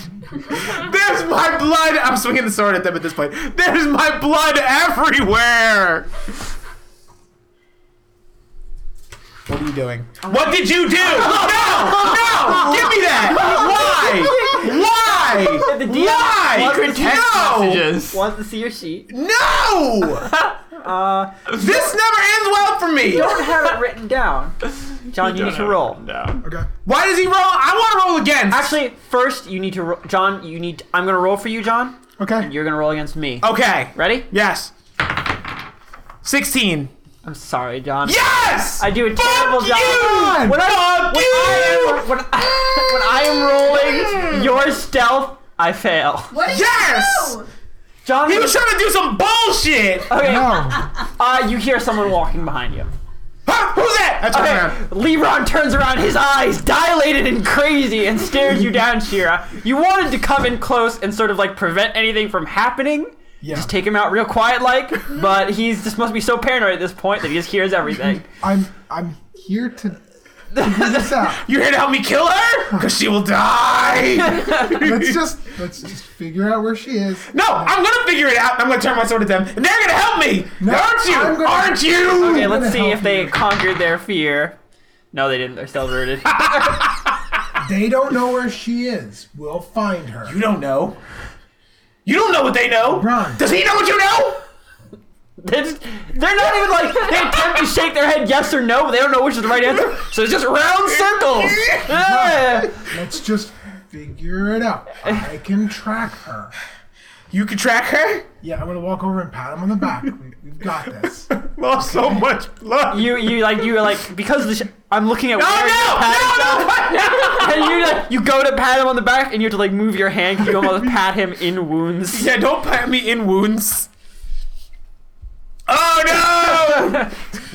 F: There's my blood. I'm swinging the sword at them at this point. There's my blood everywhere. What are you doing? What did you do? No! No! Give me that! Why? Why?
A: The DM
F: Why?
A: secret text
F: No!
E: messages.
A: wants to see your sheet.
F: No!
A: Uh,
F: This never ends well for
A: you
F: me.
A: don't have it written down. John, you need to roll.
E: No.
G: Okay.
F: Why does he roll? I want to roll again.
A: Actually, first you need to. Ro- John, you need. I'm gonna roll for you, John.
G: Okay.
A: You're gonna roll against me.
F: okay.
A: Ready?
F: Yes. Sixteen.
A: I'm sorry, John.
F: Yes.
A: I do a terrible
F: Fuck
A: job.
F: you!
A: When I,
F: Fuck
A: when
F: you! Mm.
A: I am, when, I, when I am rolling your stealth, I fail.
J: What did
F: Yes!
J: you do?
A: John,
F: He was trying to do some bullshit.
A: okay.
G: No.
A: Uh, you hear someone walking behind you.
F: Huh? Who's that? I turn
A: Okay,
F: around.
A: Lebron turns around, his eyes dilated and crazy, and stares you down, Shira. You wanted to come in close and sort of like prevent anything from happening.
G: Yeah.
A: Just take him out real quiet, like. But he's just must be so paranoid at this point that he just hears everything.
G: I'm I'm here to figure this out.
F: You're here to help me kill her? Because she will die.
G: Let's just let's just figure out where she is.
F: no, I'm going to figure it out. I'm going to turn my sword at them. And they're going to help me.
G: No,
F: Aren't you?
G: I'm gonna-
F: Aren't you?
A: Okay,
G: I'm
A: let's
G: gonna
A: see
G: help
A: if they
G: you.
A: conquered their fear. No, they didn't. They're still rooted.
G: They don't know where she is. We'll find her.
F: You don't know. You don't know what they know.
G: Run.
F: Does he know what you know?
A: They're, just- they're not even like they attempt to shake their head yes or no, but they don't know which is the right answer. So it's just round circles. Yeah.
G: Let's just figure it out. I can track her.
F: You can track her?
G: Yeah, I'm gonna walk over and pat him on the back. We, we've got this.
F: Lost so much blood.
A: You you like you were like because the sh- I'm looking at where
F: no,
A: you're patting
F: Oh, no,
A: him, and you like you go to pat him on the back and you have to like move your hand 'cause you almost pat him in wounds.
F: yeah, don't pat me in wounds. Oh no!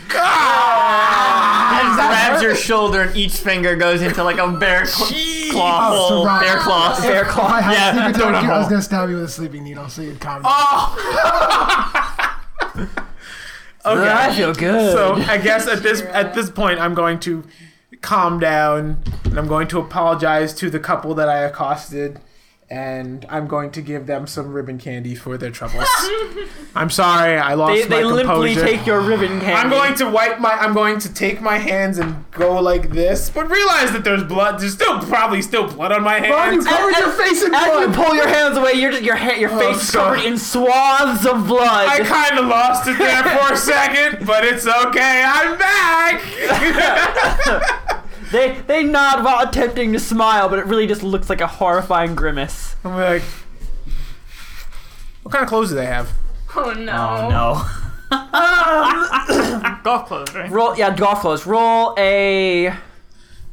F: God!
E: grabs your shoulder and each finger goes into like a bear cl-
F: Jeez.
E: claw
G: Oh,
E: hole.
G: survive.
E: bear claw.
A: Bear
G: I
A: claw.
G: had
E: Yeah,
G: sleep
E: donut
G: attack you. I was
E: hole.
G: gonna stab you with a sleeping needle, so you'd calm down.
F: Ah, Okay.
A: I feel good.
F: So I guess at this at this point I'm going to calm down and I'm going to apologize to the couple that I accosted and I'm going to give them some ribbon candy for their troubles. I'm sorry, I lost
A: they
F: my
A: they limply
F: composure.
A: take your ribbon candy.
F: I'm going to wipe my I'm going to take my hands and go like this, but realize that there's blood. There's still probably still blood on my
G: Ron, you
F: hands.
G: covered
A: As-
G: your face in
A: As you
G: blood.
A: pull your hands away, your your ha- your face is
F: God.
A: covered in swaths of blood.
F: Oh, I kind of lost it there for a second, but it's okay. I'm back.
A: They they nod while attempting to smile, but it really just looks like a horrifying grimace.
F: I'm like, what kind of clothes do they have?
J: Oh no.
H: No.
E: Golf clothes, right?
A: Roll yeah, golf clothes. Roll a.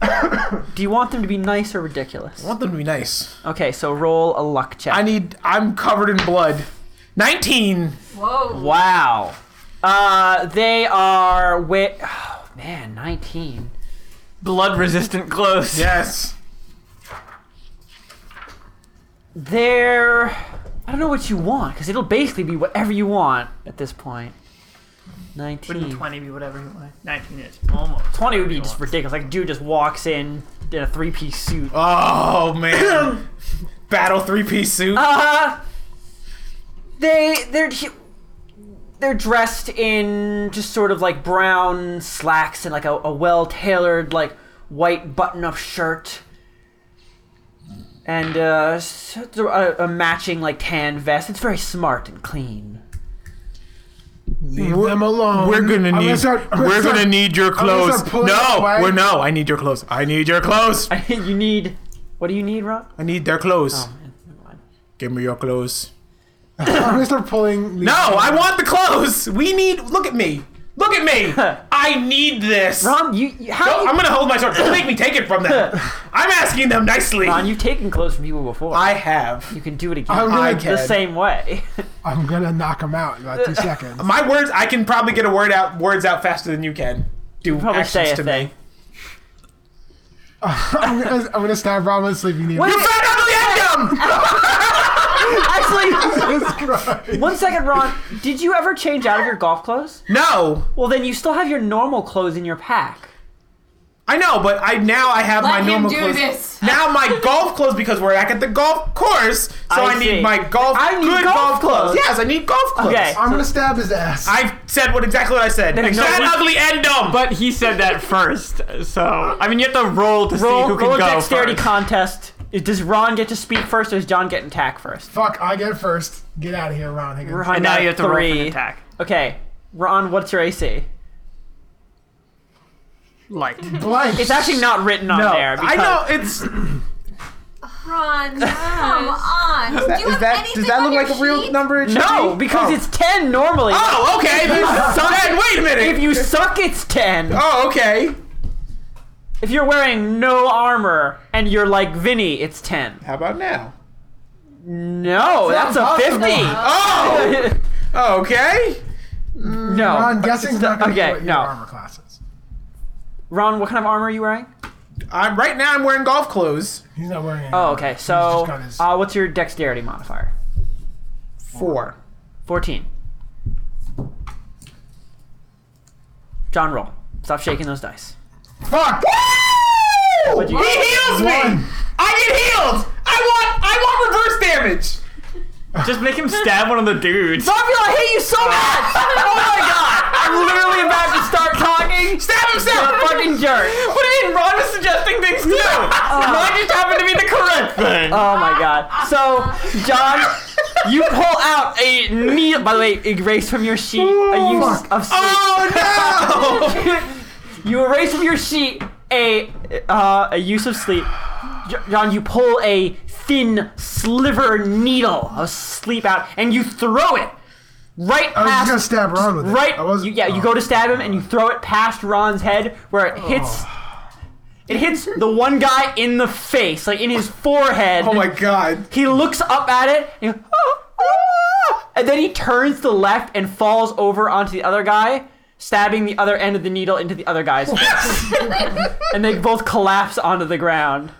A: Do you want them to be nice or ridiculous?
F: I want them to be nice.
A: Okay, so roll a luck check.
F: I need. I'm covered in blood. Nineteen.
J: Whoa.
A: wow. Uh, they are wit. Oh, man, nineteen.
E: Blood resistant clothes.
F: Yes.
A: They're. I don't know what you want because it'll basically be whatever you want at this point.
E: Wouldn't
A: Nineteen.
E: 20 be whatever you want? 19 is almost.
A: 20 would be
E: whatever you
A: just
E: want.
A: ridiculous. Like, dude just walks in in a three piece suit.
F: Oh man. Battle three piece suit.
A: Uh, they they're they're dressed in just sort of like brown slacks and like a, a well tailored like white button up shirt, and uh, sort of a, a matching like tan vest. It's very smart and clean.
G: Leave them alone.
F: We're gonna
G: I'm
F: need.
G: start- I'm
F: we're
G: start-
F: gonna need your
G: gonna
F: clothes.
G: start pulling
F: No,
G: away.
F: we're no. I need your clothes. I need your clothes. I,
A: you need what do you need, Rob?
F: need their clothes.
A: Oh, Never mind.
F: Give me your clothes.
G: I'm gonna start pulling.
F: No, I want the clothes. We need. Look at me. Look at me. I need this.
A: Ron, you, you how
F: No,
A: you,
F: I'm gonna hold my sword. Don't make me take it from them. I'm asking them nicely.
A: Ron? You've taken clothes from people before.
F: I have.
A: you can do it again.
G: I'm gonna,
F: I
A: the
F: can.
A: same way.
G: I'm gonna knock him out in about two seconds.
F: My words, I can probably get a word out, words out faster than you can. Do
A: Probably
F: actions
A: say a
F: to
A: thing.
F: me.
G: I'm gonna, I'm gonna stab Ron with a sleeping needle.
A: Wait.
F: You found out the endem!
A: Actually, One second, Ron. Did you ever change out of your golf clothes?
F: No.
A: Well, then you still have your normal clothes in your pack.
F: I know, but I now I have
A: Let
F: my
A: him
F: normal
A: do
F: clothes.
A: this.
F: Now my golf clothes because we're back at the golf course, so
G: I
F: I,
G: see.
F: need my golf
G: I need
F: good
G: golf
F: golf
G: clothes.
F: Yes, I need golf clothes.
G: Okay. I'm gonna stab his ass.
F: I said what exactly what I said.
E: No,
F: Exact
E: he-
F: ugly end dumb.
E: But he said that first, so I mean you have to roll to
A: roll
E: see who
A: roll
E: can
A: a
E: go
A: dexterity
E: first.
A: contest. Does Ron get to speak first, or does John get an attack first?
G: Fuck, I get first. Get out of here, Ron Higgins.
A: Ron got a three. Okay, Ron, what's your AC?
E: Light.
G: Blank.
A: It's actually not written on
E: No,
A: there.
E: I
A: Because
E: know,
F: it's.
J: Ron, come on.
F: Is that-
J: Do you
F: is
J: have
F: that-
J: anything
F: does that
J: on
F: look
J: your
F: like a real
J: sheet?
F: number? It should
A: No,
F: be?
A: because
F: Oh.
A: it's ten normally.
F: Oh, okay,
A: If you
F: then-
A: suck-
F: then wait a minute.
A: If you suck, it's ten.
F: Oh, okay.
A: If you're wearing no armor and you're like Vinny, it's ten.
F: How about now?
A: No,
G: It's
A: that's
G: not
A: a
G: possible.
A: fifty.
F: Oh. okay.
A: No.
G: Ron guessing's not gonna
A: Okay,
G: put your
A: no.
G: armor classes.
A: Ron, what kind of armor are you wearing?
F: I'm right now. I'm wearing golf clothes.
G: He's not wearing any.
A: Oh, okay. So, uh, what's your dexterity modifier?
F: Four.
A: Fourteen. John, roll. Stop shaking those dice.
G: Fuck!
A: What'd
F: He
A: you get?
F: heals me. I get healed. I want. I want reverse damage.
E: Just make him stab one of the dudes.
A: Zombie, I hate you so much! Oh my god! I'm literally about to start talking.
F: Stab himself.
A: You're a fucking jerk.
E: What do you mean? Ron is suggesting things too.
A: Uh.
E: Mine just happened to be the correct thing.
A: Oh my god. So, John, you pull out a knee. By the way, erase from your sheet a use of sleep.
F: Oh
A: you erase from your sheet a uh, a use of sleep. J- John, you pull a thin sliver needle of sleep out and you throw it right
G: I was just
A: past
G: gonna stab Ron with it.
A: right.
G: I was
A: you, yeah, you go to stab him and you throw it past Ron's head where it hits.
G: Oh.
A: It hits the one guy in the face, like in his forehead.
F: Oh my god.
A: He looks up at it and, he goes, "Ah, ah," and then he turns to the left and falls over onto the other guy, stabbing the other end of the needle into the other guy's face. and they both collapse onto the ground.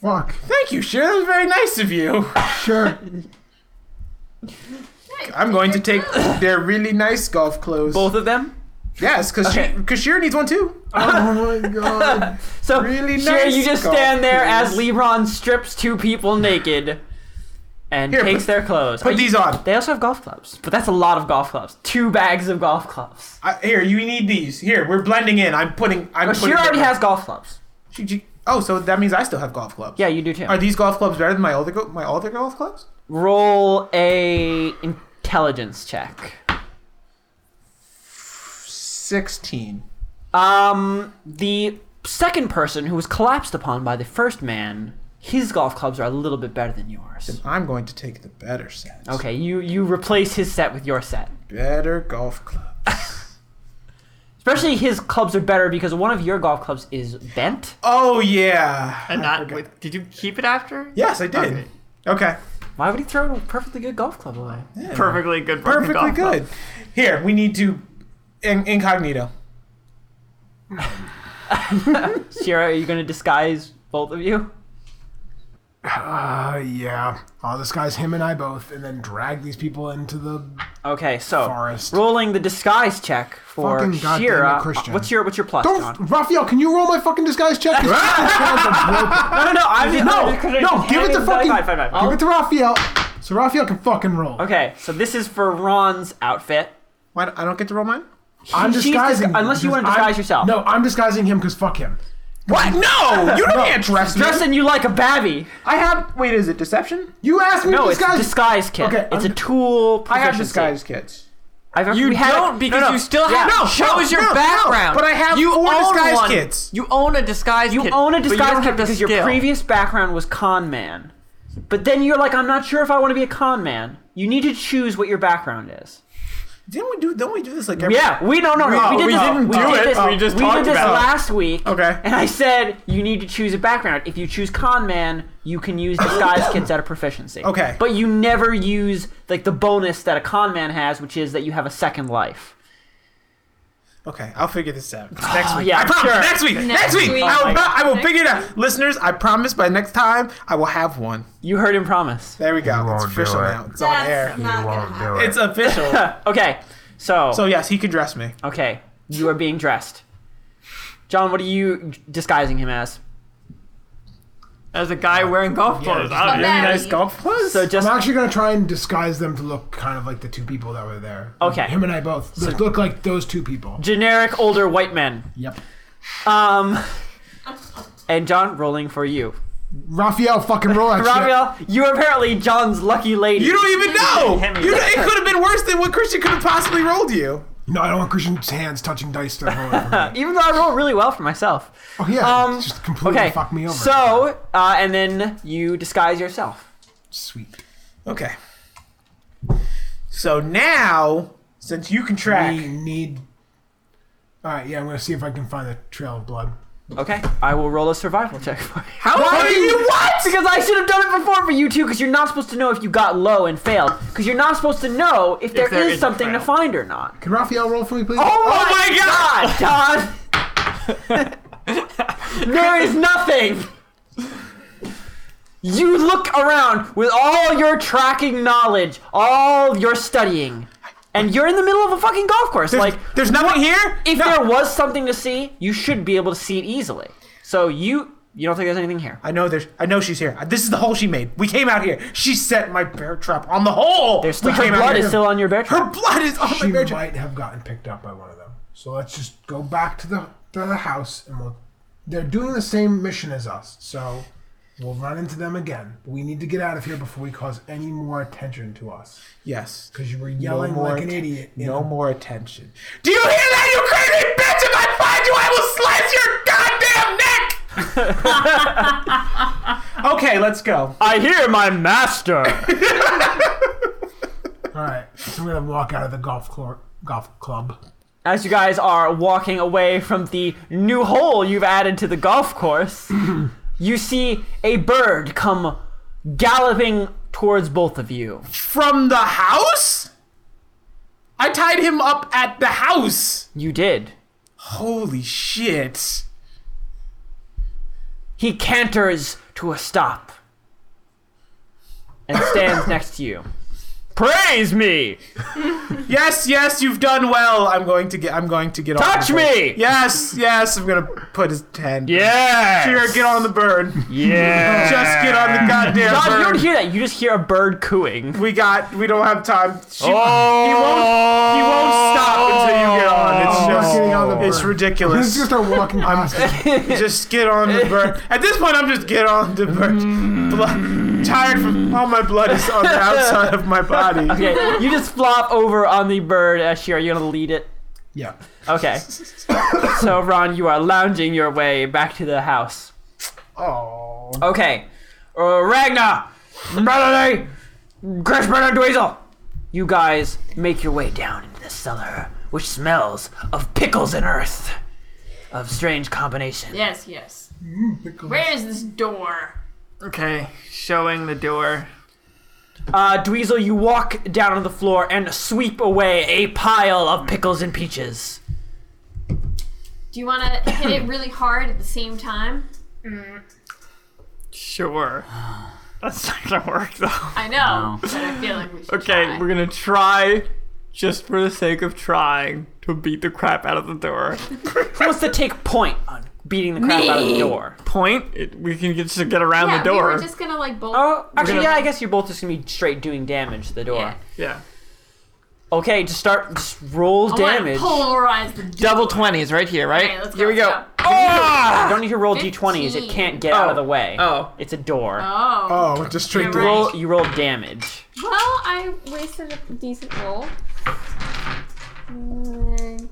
G: Fuck.
F: Thank you, Cher. That was very nice of you.
G: Sure.
F: I'm going to take their really nice golf clothes.
A: Both of them?
F: Yes, because
A: Okay.
F: Shira needs one too.
G: Oh my god.
A: So
F: Really
A: Shira,
F: nice
A: you just
F: golf
A: stand there as
F: clothes.
A: Lebron strips two people naked and
F: Here,
A: takes
F: put-
A: their clothes.
F: put
A: Are you-
F: these on.
A: They also have golf clubs, but that's a lot of golf clubs. Two bags of golf clubs.
F: I, here, you need these. Here, we're blending in. I'm putting. I'm.
A: Oh,
F: putting
A: Shira already
F: them-
A: has golf clubs.
F: She- she- oh, so that means I still have golf clubs.
A: Yeah, you do too.
F: Are these golf clubs better than my older go- my older golf clubs?
A: Roll a intelligence check.
F: Sixteen.
A: Um, the second person who was collapsed upon by the first man, his golf clubs are a little bit better than yours.
F: I'm going to take the better set.
A: Okay, you you replace his set with your set.
F: Better golf club.
A: Especially his clubs are better because one of your golf clubs is bent.
F: Oh yeah.
E: And not with, did you keep it after?
F: Yes, I did. Okay.
E: Okay.
A: Why would he throw a perfectly good golf club away?
E: Perfectly good. fucking
F: Perfectly
E: golf club.
F: good. Here, we need to in- incognito.
A: Shira, are you going to disguise both of you?
G: Uh, yeah. I'll disguise him and I both, and then drag these people into the.
A: Okay, so
G: Forest.
A: rolling the disguise check for
G: Fucking goddamn
A: Shira.
G: it, Christian.
A: What's your what's your plus,
G: Don't,
A: John?
G: Raphael. Can you roll my fucking disguise check? 'Cause Christian's hands are broken.
A: No, no, no. I'm just,
G: No,
A: I'm just- 'cause I
G: no,
A: just
G: give it to
A: handed-
G: fucking.
A: Fine, fine, fine.
G: Give it to Raphael, so Raphael can fucking roll.
A: Oh, Okay, so this is for Ron's outfit.
F: Why don't- I don't get to roll mine?
G: I'm
A: she's
G: disguising.
A: disgu- unless you
G: because
A: wanna disguise
G: I'm-
A: yourself.
G: No, I'm disguising him because fuck him.
F: What? No, you
G: No.
F: can't dress me.
A: Dressing you like a babby.
F: I have. Wait, is it deception?
G: You asked me
A: No,
G: to
A: it's
G: disguise.
A: a disguise kit.
G: Okay,
A: it's
G: I'm-
A: a tool.
F: I have
A: proficiency.
F: disguise kits.
A: I've ever,
E: You
A: we had-
E: don't because
A: no, no.
E: you still
A: Yeah.
E: have
F: No,
E: Show
F: no,
E: us your
F: no, no,
E: background.
F: but I have
E: you
F: four
E: own
F: disguise
E: one.
F: kits.
E: You own a disguise
A: You
E: kit.
A: own a
E: but you
A: disguise
E: don't
A: kit
E: have the
A: because your
E: skill.
A: previous background was con man. But then you're like, I'm not sure if I want to be a con man. You need to choose what your background is.
F: Didn't we do? Don't we do this like every?
A: Yeah, we no no no.
F: No,
A: we did
F: we
A: this-
F: didn't
A: we
F: do
A: did
F: it. Oh.
A: This,
F: We just
A: did
F: talked
A: this
F: about it.
A: last week.
F: Okay.
A: And I said you need to choose a background. If you choose con man, you can use disguise kits at a proficiency.
F: Okay.
A: But you never use like the bonus that a con man has, which is that you have a second life.
F: Okay, I'll figure this out. Next week.
A: yeah,
F: I promise.
A: sure.
F: Next week. Next,
A: Next
F: week.
A: week.
F: I will,
A: Oh my
F: pro- I will figure it out. Listeners, I promise by next time I will have one.
A: You heard him promise.
F: There we go. It's
G: won't do
F: official
G: it.
F: now. It's on air.
G: won't do
F: It's official.
A: okay, so
F: so yes, he can dress me.
A: okay, you are being dressed. John, what are you disguising him as?
E: As a guy wearing golf clothes. I don't
J: Really
E: know.
J: Maddie.
F: nice golf clothes.
A: So just
G: I'm actually gonna try and disguise them to look kind of like the two people that were there.
A: Okay.
G: Him and I both Look- look like those two people.
A: generic older white men.
G: Yep.
A: Um, and John rolling for you.
G: Raphael, fucking roll that shit.
A: Raphael, you are apparently John's lucky lady.
F: You don't even
E: Hand
F: know.
E: me
F: You
E: that.
F: it could have been worse than what Christian could have possibly rolled you.
G: No, I don't want Christian's hands touching dice to roll it for me.
A: even though I roll really well for myself.
G: Oh yeah,
A: Um,
G: just completely
A: Okay.
G: fuck me over.
A: So, uh, and then you disguise yourself.
G: sweet.
F: Okay. So now, since you can track,
G: We need. All right, yeah, I'm gonna see if I can find the trail of blood.
A: Okay, I will roll a survival check for you.
F: how are you? What?
A: Because I should have done it before for you two, because you're not supposed to know if you got low and failed. Because you're not supposed to know if,
E: there
A: there is
E: is a
A: something to
E: trail.
A: find or not.
G: Can Raphael roll for me, please?
A: Oh my,
E: my
A: god, John! there is nothing! You look around with all your tracking knowledge, all your studying, and you're in the middle of a fucking golf course.
F: There's,
A: like,
F: there's nothing here.
A: if there was something to see, you should be able to see it easily. So you you don't think there's anything here.
F: I know there's. I know she's here. This is the hole she made. We came out here. She set my bear trap on the hole.
A: There's still,
F: we
A: her
F: came out
A: blood
F: here.
A: is still on your bear trap.
F: Her blood is on
G: She
F: my bear trap.
G: might have gotten picked up by one of them. So let's just go back to the to the house, and we'll. They're doing the same mission as us, so we'll run into them again. We need to get out of here before we cause any more attention to us.
F: Yes.
G: Because you were yelling like an
F: atten-
G: idiot. in
F: No more attention. Do you hear that, you crazy bitch? If I find you, I will slice your goddamn neck. okay, let's go.
A: I hear my master.
G: All right, so we're gonna walk out of the golf club. Golf club.
A: As you guys are walking away from the new hole you've added to the golf course, you see a bird come galloping towards both of you.
F: From the house? I tied him up at the house.
A: You did.
F: Holy shit.
A: He canters to a stop and stands next to you. Praise me!
F: Yes, yes, you've done well. I'm going to get. I'm going to get on.
A: Touch
F: the bird.
A: me!
F: Yes, yes. I'm gonna put his hand.
E: Yeah.
F: Here, get on the bird.
E: Yeah.
F: Just get on the goddamn
A: John, you
F: bird.
A: don't hear that. You just hear a bird cooing.
F: we got. We don't have time. She-
E: Oh.
F: He won't. He won't stop until you get on. It's
G: Oh.
F: just.
G: Getting on the
F: It's
G: bird.
F: ridiculous.
G: Let's just start walking past it.
F: just get on the bird. At this point, I'm just get on the bird.
E: Mm.
F: Blood, tired from all my blood is on the outside of my body.
A: Okay, you just flop over on the bird, Ashir. You're gonna lead it.
G: Yeah.
A: Okay. so, Ron, you are lounging your way back to the house.
F: Oh.
A: Okay. Uh, Ragnar! Melody! Grishman and Dweezil! You guys make your way down into the cellar, which smells of pickles and earth. Of strange combination.
J: Yes, yes. Where is this door?
E: Okay, showing the door.
A: Uh, Dweezil, you walk down on the floor and sweep away a pile of pickles and peaches.
J: Do you want to hit it really hard at the same time?
E: Sure. That's not gonna work though.
J: I know, but I feel like we should
E: Okay,
J: try.
E: we're gonna try, just for the sake of trying, to beat the crap out of the door.
A: Who wants to take point on beating the crap out of the door?
E: Point, it, we can get, just get around
J: yeah,
E: the door.
J: we were just gonna like bolt.
A: Oh, actually,
E: gonna-
A: yeah, I guess you're both just gonna be straight doing damage to the door.
J: Yeah.
E: Yeah.
A: Okay, just start, just roll
J: I wanna
A: damage.
J: Polarize the door.
E: Double 20s right here, right?
J: Okay, let's
E: here we
J: go,
E: go.
J: let's
A: You
E: Ah!
A: don't need to roll d20s. It
J: 15.
A: can't get out of the way.
E: Oh.
A: It's a door.
J: Oh.
F: Oh, just straight
J: You're
A: roll, you roll damage.
B: Well, I wasted a decent roll. Mm.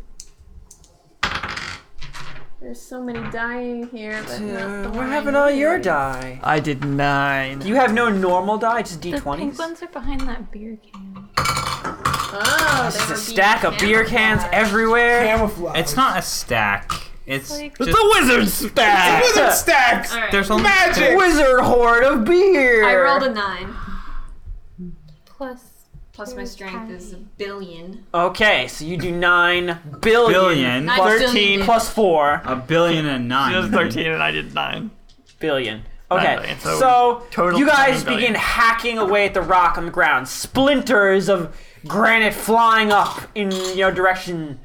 B: There's so many dying here, but not the one I need.
A: die.
E: I did nine.
A: You have no normal die, just
I: The pink
A: d20s.
I: ones are behind that beer can.
J: Oh,
A: Just a stack of beer cans everywhere.
F: Camouflage.
H: It's not a stack. It's
I: Like-
H: just,
E: it's a wizard stack!
F: Wizard stacks.
H: Uh,
J: All right.
H: there's only
F: Magic.
A: Wizard horde of beer.
J: I rolled a nine.
I: plus.
B: Plus my strength is a billion.
A: Okay, so you do nine billion.
H: Billion.
B: Nine
A: plus-
B: billion.
A: plus four.
H: A billion and nine.
E: She does 13 and I did 9.
A: billion.
E: Nine
A: Okay,
E: billion,
A: so,
E: so
A: total
E: total
A: you guys
E: nine billion.
A: begin hacking away at the rock on the ground. Splinters of granite flying up in your direction,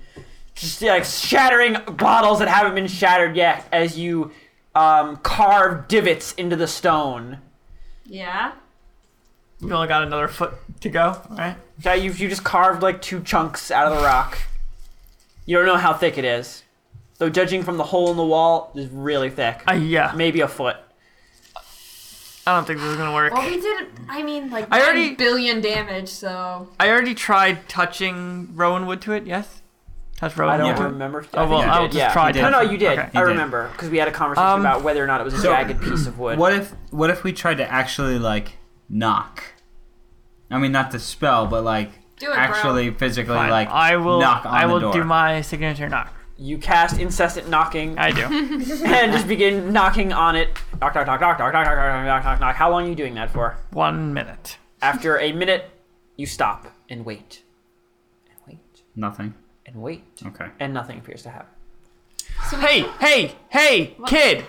A: just like shattering bottles that haven't been shattered yet as you um, carve divots into the stone.
B: Yeah.
E: We've only got another foot to go, right?
A: Yeah, you you just carved like two chunks out of the rock. You don't know how thick it is, though. Judging from the hole in the wall, it's really thick.
E: Uh, yeah.
A: Maybe a foot.
E: I don't think this is gonna work.
B: Well, we did. I mean, like
E: I already-
B: nine billion damage. So
E: I already tried touching Rowan wood to it, yes? Touch
A: I
E: Rowan
A: don't
E: wood to it?
A: remember.
E: Oh, well,
A: I think you
E: I'll
A: did,
E: just
A: yeah.
E: try
A: No, no, you did.
E: Okay.
A: I
H: You did.
A: remember because we had a conversation
E: Um,
A: about whether or not it was a
H: so-
A: jagged piece of wood.
H: What if what if we tried to actually like knock? I mean, not the spell, but like
B: Do it, bro.
H: actually physically
E: Fine.
H: like
E: I will
H: knock on
E: I will
H: the door.
E: do my signature knock.
A: You cast incessant knocking
E: I do.
A: and just begin knocking on it. Knock, knock, knock, knock, knock, knock, knock, knock, knock, knock, knock. How long are you doing that for?
E: One minute.
A: After a minute, you stop and wait, and wait,
H: Nothing.
A: and wait,
H: Okay.
A: and nothing appears to happen.
E: Hey, hey, hey, kid!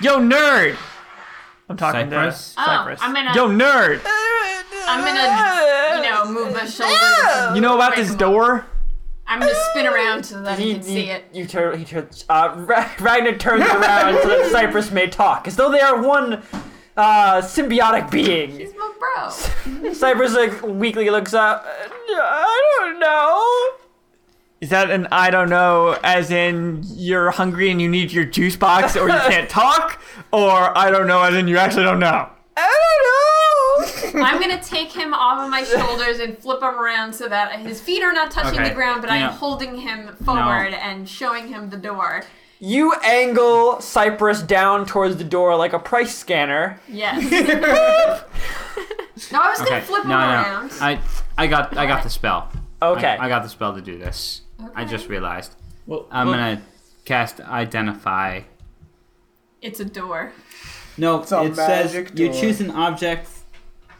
E: Yo, nerd! I'm talking
H: Cypress?
E: to Cypress.
B: I'm gonna-
E: Yo, nerd!
B: I'm gonna, you know, move my shoulders.
E: Ah! You know about this door?
B: I'm gonna spin around so that he can see it.
A: You turn. He turns. Uh, Ra- Ragnar turns around so that Cypress may talk, as though they are one uh, symbiotic being.
B: He's my bro.
A: Cypress like weakly looks up. "Uh, I don't know.
E: Is that an I don't know, as in you're hungry and you need your juice box or you can't talk? Or I don't know, as in you actually don't know?
A: I don't know.
B: I'm gonna take him off of my shoulders and flip him around so that his feet are not touching
H: Okay.
B: the ground, but
H: Yeah.
B: I'm holding him forward and showing him the door.
A: you angle Cypress down towards the door like a price scanner.
B: Yes. no, I was
H: Okay.
B: gonna flip him
H: no, no.
B: around.
H: I I got I got the spell.
A: Okay.
H: I, I got the spell to do this. I
B: Okay.
H: just realized. I'm gonna cast identify.
B: It's a door.
G: No,
F: a
G: it says
F: magic
G: you
F: door.
G: choose an object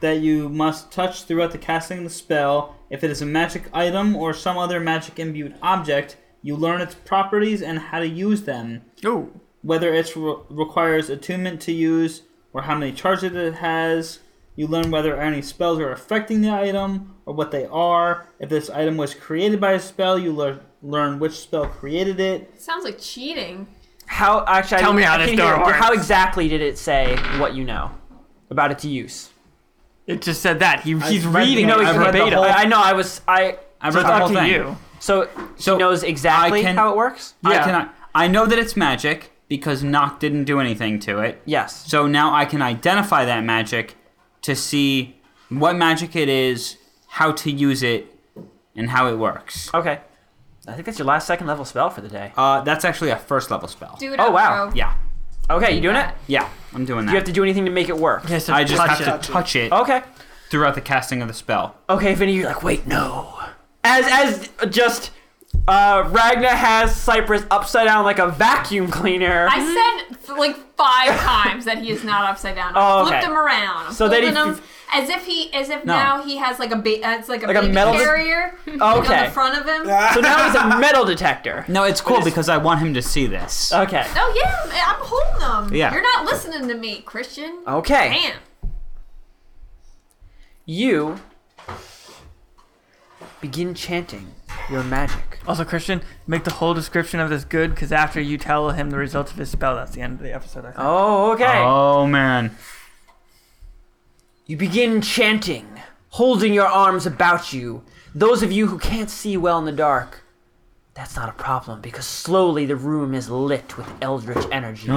G: that you must touch throughout the casting of the spell. If it is a magic item or some other magic imbued object, you learn its properties and how to use them.
E: Ooh.
G: Whether it re- requires attunement to use or how many charges it has. You learn whether any spells are affecting the item or what they are. If this item was created by a spell, you lear- learn which spell created it.
B: Sounds like cheating.
A: How actually?
E: Tell
A: I,
E: me how
A: I
E: this
A: can't
E: door
A: hear it.
E: works.
A: How exactly did it say what you know about its use?
E: It just said that. He, he's
G: read
E: reading
G: the-
E: it
G: I've read the
E: verbatim.
G: whole-
A: I, I know. I was. I.
H: I
E: It's
H: read the
E: up
H: whole
E: to
H: thing.
E: you.
A: So,
H: So
A: he knows exactly
H: I can-
A: how it works.
H: I
E: Yeah.
H: cannot. I know that it's magic because knock didn't do anything to it.
A: Yes.
H: So now I can identify that magic to see what magic it is, how to use it, and how it works.
A: Okay. I think that's your last second level spell for the day.
H: Uh, that's actually a first level spell.
B: Do it
A: Oh,
B: up,
A: wow.
B: bro.
H: yeah,
A: Okay, you doing it?
H: yeah, I'm doing that.
A: You have to do anything to make it work.
E: He has to
H: I just
E: touch
H: have
E: it.
H: to touch it
A: Okay.
H: throughout the casting of the spell.
A: Okay, Vinny, you're like, wait, no. As as just uh Ragna has Cypress upside down like a vacuum cleaner.
B: I said like five times that he is not upside down. I
A: Oh,
B: flipped
A: okay.
B: him around.
A: So
B: So
A: then
B: holding
A: he-
B: him as if he as if
H: No.
B: now he has like a ba- uh, it's like a
A: Like a
B: baby
A: metal-
B: carrier like, on
A: Okay.
B: the front of him.
A: So now it's a metal detector.
H: No, it's cool because I want him to see this.
A: Okay.
B: Oh yeah, I'm holding him.
H: Yeah.
B: You're not listening to me, Christian.
A: Okay.
B: Damn.
A: You begin chanting your magic.
E: Also, Christian, make the whole description of this good, because after you tell him the results of his spell, that's the end of the episode, I think.
A: Oh, okay.
H: Oh man.
A: You begin chanting, holding your arms about you. Those of you who can't see well in the dark, that's not a problem because slowly the room is lit with eldritch energies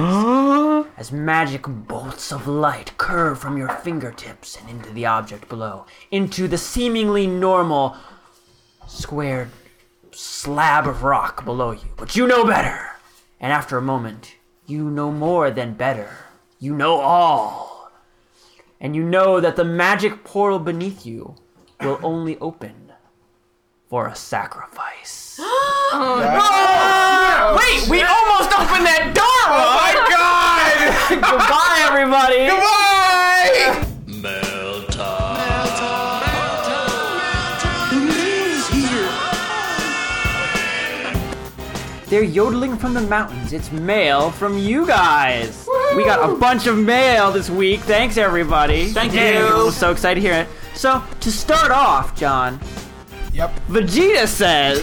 A: as magic bolts of light curve from your fingertips and into the object below, into the seemingly normal squared slab of rock below you. But you know better. And after a moment, you know more than better. You know all and you know that the magic portal beneath you will only open for a sacrifice.
E: Oh, Wait, we almost opened that door! Oh my god!
A: Goodbye, everybody.
E: Goodbye!
K: Mel time.
A: They're yodeling from the mountains. It's mail from you guys. We got a bunch of mail this week. Thanks, everybody. Thank
E: you.
A: I'm so excited to hear it. So, to start off, John,
G: Yep.
A: Vegeta says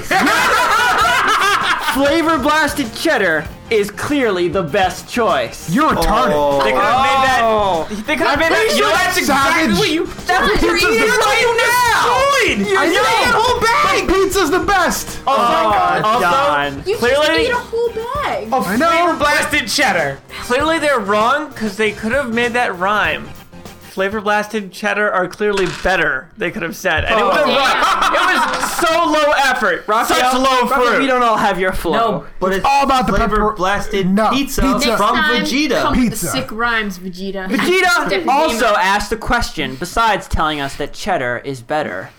A: Flavor Blasted Cheddar is clearly the best choice.
G: You're retarded.
A: Oh.
E: They could have made that. They could have made that. You know, that's exactly
G: savage.
E: what you. That's what you're
G: Pizza's
E: eating
G: the-
E: right now. You're
G: I know.
E: eating a whole bag.
G: Pizza's the best.
E: Oh,
A: God.
E: Also, Oh.
A: John.
B: You just
E: Clearly-
B: ate a whole bag.
G: I know.
E: blasted cheddar. Clearly, they're wrong because they could have made that rhyme. Flavor blasted cheddar are clearly better. They could have said, and it
F: Oh.
E: was, it was so low effort, such
A: Raphael-
E: low
A: Raphael,
E: fruit.
A: We don't all have your flow.
H: No, but it's
G: all about the
H: flavor
G: pepper-
H: blasted
G: No,
H: pizza,
G: pizza.
H: from
B: Next time, Come
H: Vegeta.
B: with the
G: Pizza.
B: sick rhymes, Vegeta.
A: Vegeta
B: Definitely.
A: also asked the question, besides telling us that cheddar is better.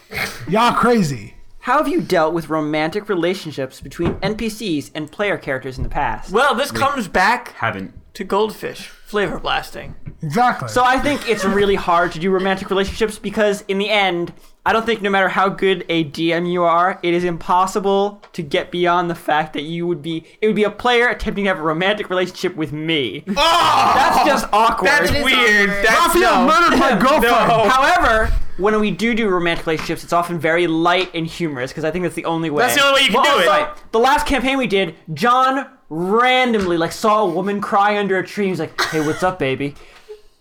G: Y'all crazy.
A: How have you dealt with romantic relationships between NPCs and player characters in the past?
E: Well, this comes back
H: Haven't.
E: to goldfish flavor blasting.
G: Exactly.
A: So I think it's really hard to do romantic relationships because in the end, I don't think no matter how good a DM you are, it is impossible to get beyond the fact that you would be it would be a player attempting to have a romantic relationship with me.
E: Oh,
A: That's just awkward.
E: That's weird. That's
G: Raphael
E: no.
G: murdered my girlfriend.
A: However, when we do do romantic relationships, it's often very light and humorous because I think that's the only way.
E: That's the only way you can
A: Well,
E: do it.
A: also, The last campaign we did, John randomly like saw a woman cry under a tree. He's like, "Hey, what's up, baby?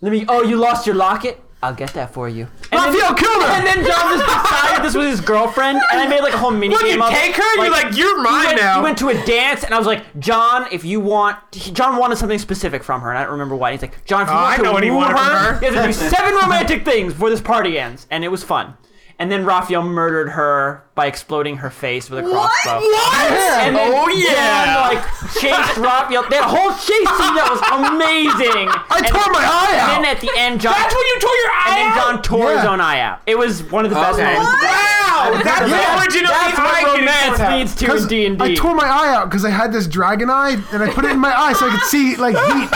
A: Let me. Oh, you lost your locket." I'll get that for you. And then,
G: Raphael killed her.
A: and then John just decided this was his girlfriend, and I made like a whole mini
E: Look,
A: game
E: you
A: of
E: take her, and you're like, you're
A: we
E: mine
A: went,
E: now.
A: we went to a dance, and I was like, John, if you want, he- John wanted something specific from her, and I don't remember what. He's like, John, if you
E: Oh,
A: want
E: I
A: to
E: know what he
A: woo
E: wanted from her."
A: you have to do seven romantic things before this party ends, and it was fun. And then Raphael murdered her by exploding her face with a crossbow.
E: What?
A: And then
E: Oh yeah.
A: John, like chased Raphael. That whole chase scene that was amazing.
G: I
A: and,
G: tore my eye out.
A: And then at the end, John.
E: That's when you tore your eye
A: and then
E: out.
A: John tore his
G: Yeah.
A: own eye out. It was one of the best
H: Okay.
A: moments.
E: wow.
G: Yeah.
E: That's the original
A: That's
E: eye
A: what
E: getting
A: romance
E: torn out.
A: leads to in
G: 'Cause
A: D and
G: I
A: D.
G: tore my eye out because I had this dragon eye, and I put it in my eye so I could see like heat.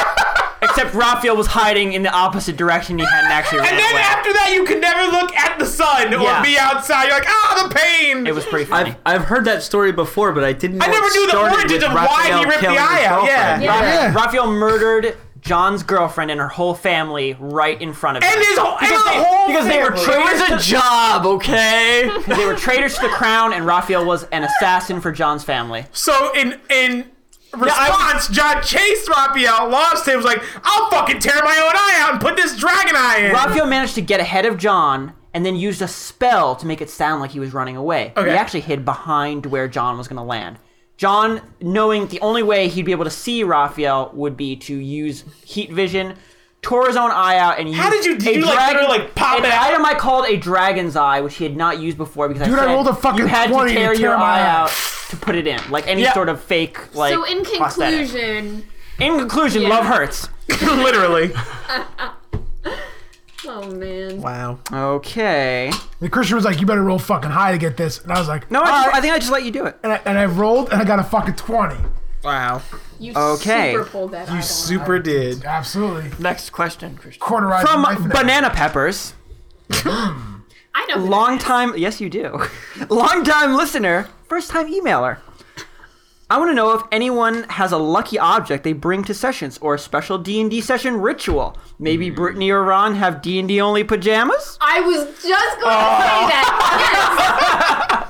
A: Except Raphael was hiding in the opposite direction. He hadn't actually ran
E: And then
A: away.
E: after that, you could never look at the sun or
A: Yeah.
E: be outside. You're like, ah, the pain.
A: it was pretty funny.
H: I've, I've heard that story before, but I didn't. Know
E: I never
H: it
E: knew the
H: started
E: origins
H: with
E: of why he
H: Raphael
E: ripped the
H: killing his
E: eye out. Yeah.
H: girlfriend.
G: Yeah.
A: Raphael murdered John's girlfriend and her whole family right in front of him.
E: And his whole, and
A: Because
E: the
A: they-
E: whole
A: because they were
E: family.
A: traitors to-
H: job, okay?
A: they were traitors to the crown, and Raphael was an assassin for John's family.
E: So in in response, John chased Raphael, lost him, was like, I'll fucking tear my own eye out and put this dragon eye in.
A: Raphael managed to get ahead of John and then used a spell to make it sound like he was running away.
E: Okay.
A: He actually hid behind where John was going to land. John, knowing the only way he'd be able to see Raphael would be to use heat vision, tore his own eye out and used
E: How did you- did
A: a
E: you, like,
A: dragon,
E: literally, like, pop
A: an
E: it out?
A: item I called a dragon's eye, which he had not used before because
G: Dude,
A: I
G: I
A: said
G: rolled a fucking
A: you had
G: 20
A: to
G: to
A: tear your
G: tear my
A: eye
G: eye.
A: out to put it in, like any
E: Yeah.
A: sort of fake like.
J: So in
A: prosthetic.
J: conclusion,
A: in conclusion,
J: Yeah.
A: love hurts.
E: Literally.
J: oh man,
E: Wow.
A: Okay.
G: And Christian was like, "You better roll fucking high to get this," and I was like,
A: No, I,
G: "All
A: just,
G: right."
A: I think I just let you do it.
G: and, I, and I rolled, and I got a fucking twenty.
E: Wow.
J: you
A: Okay.
J: super pulled that. You
E: Super did.
G: Absolutely,
E: Next question, Christian.
G: cordurized
A: From
G: knife in it.
A: Banana Peppers.
J: I know. who
A: long
J: that is.
A: time yes you do long time listener first time emailer i want to know if anyone has a lucky object they bring to sessions or a special d&d session ritual maybe
E: Hmm.
A: brittany or ron have d&d only pajamas
B: I was just going to
A: Oh.
B: say that.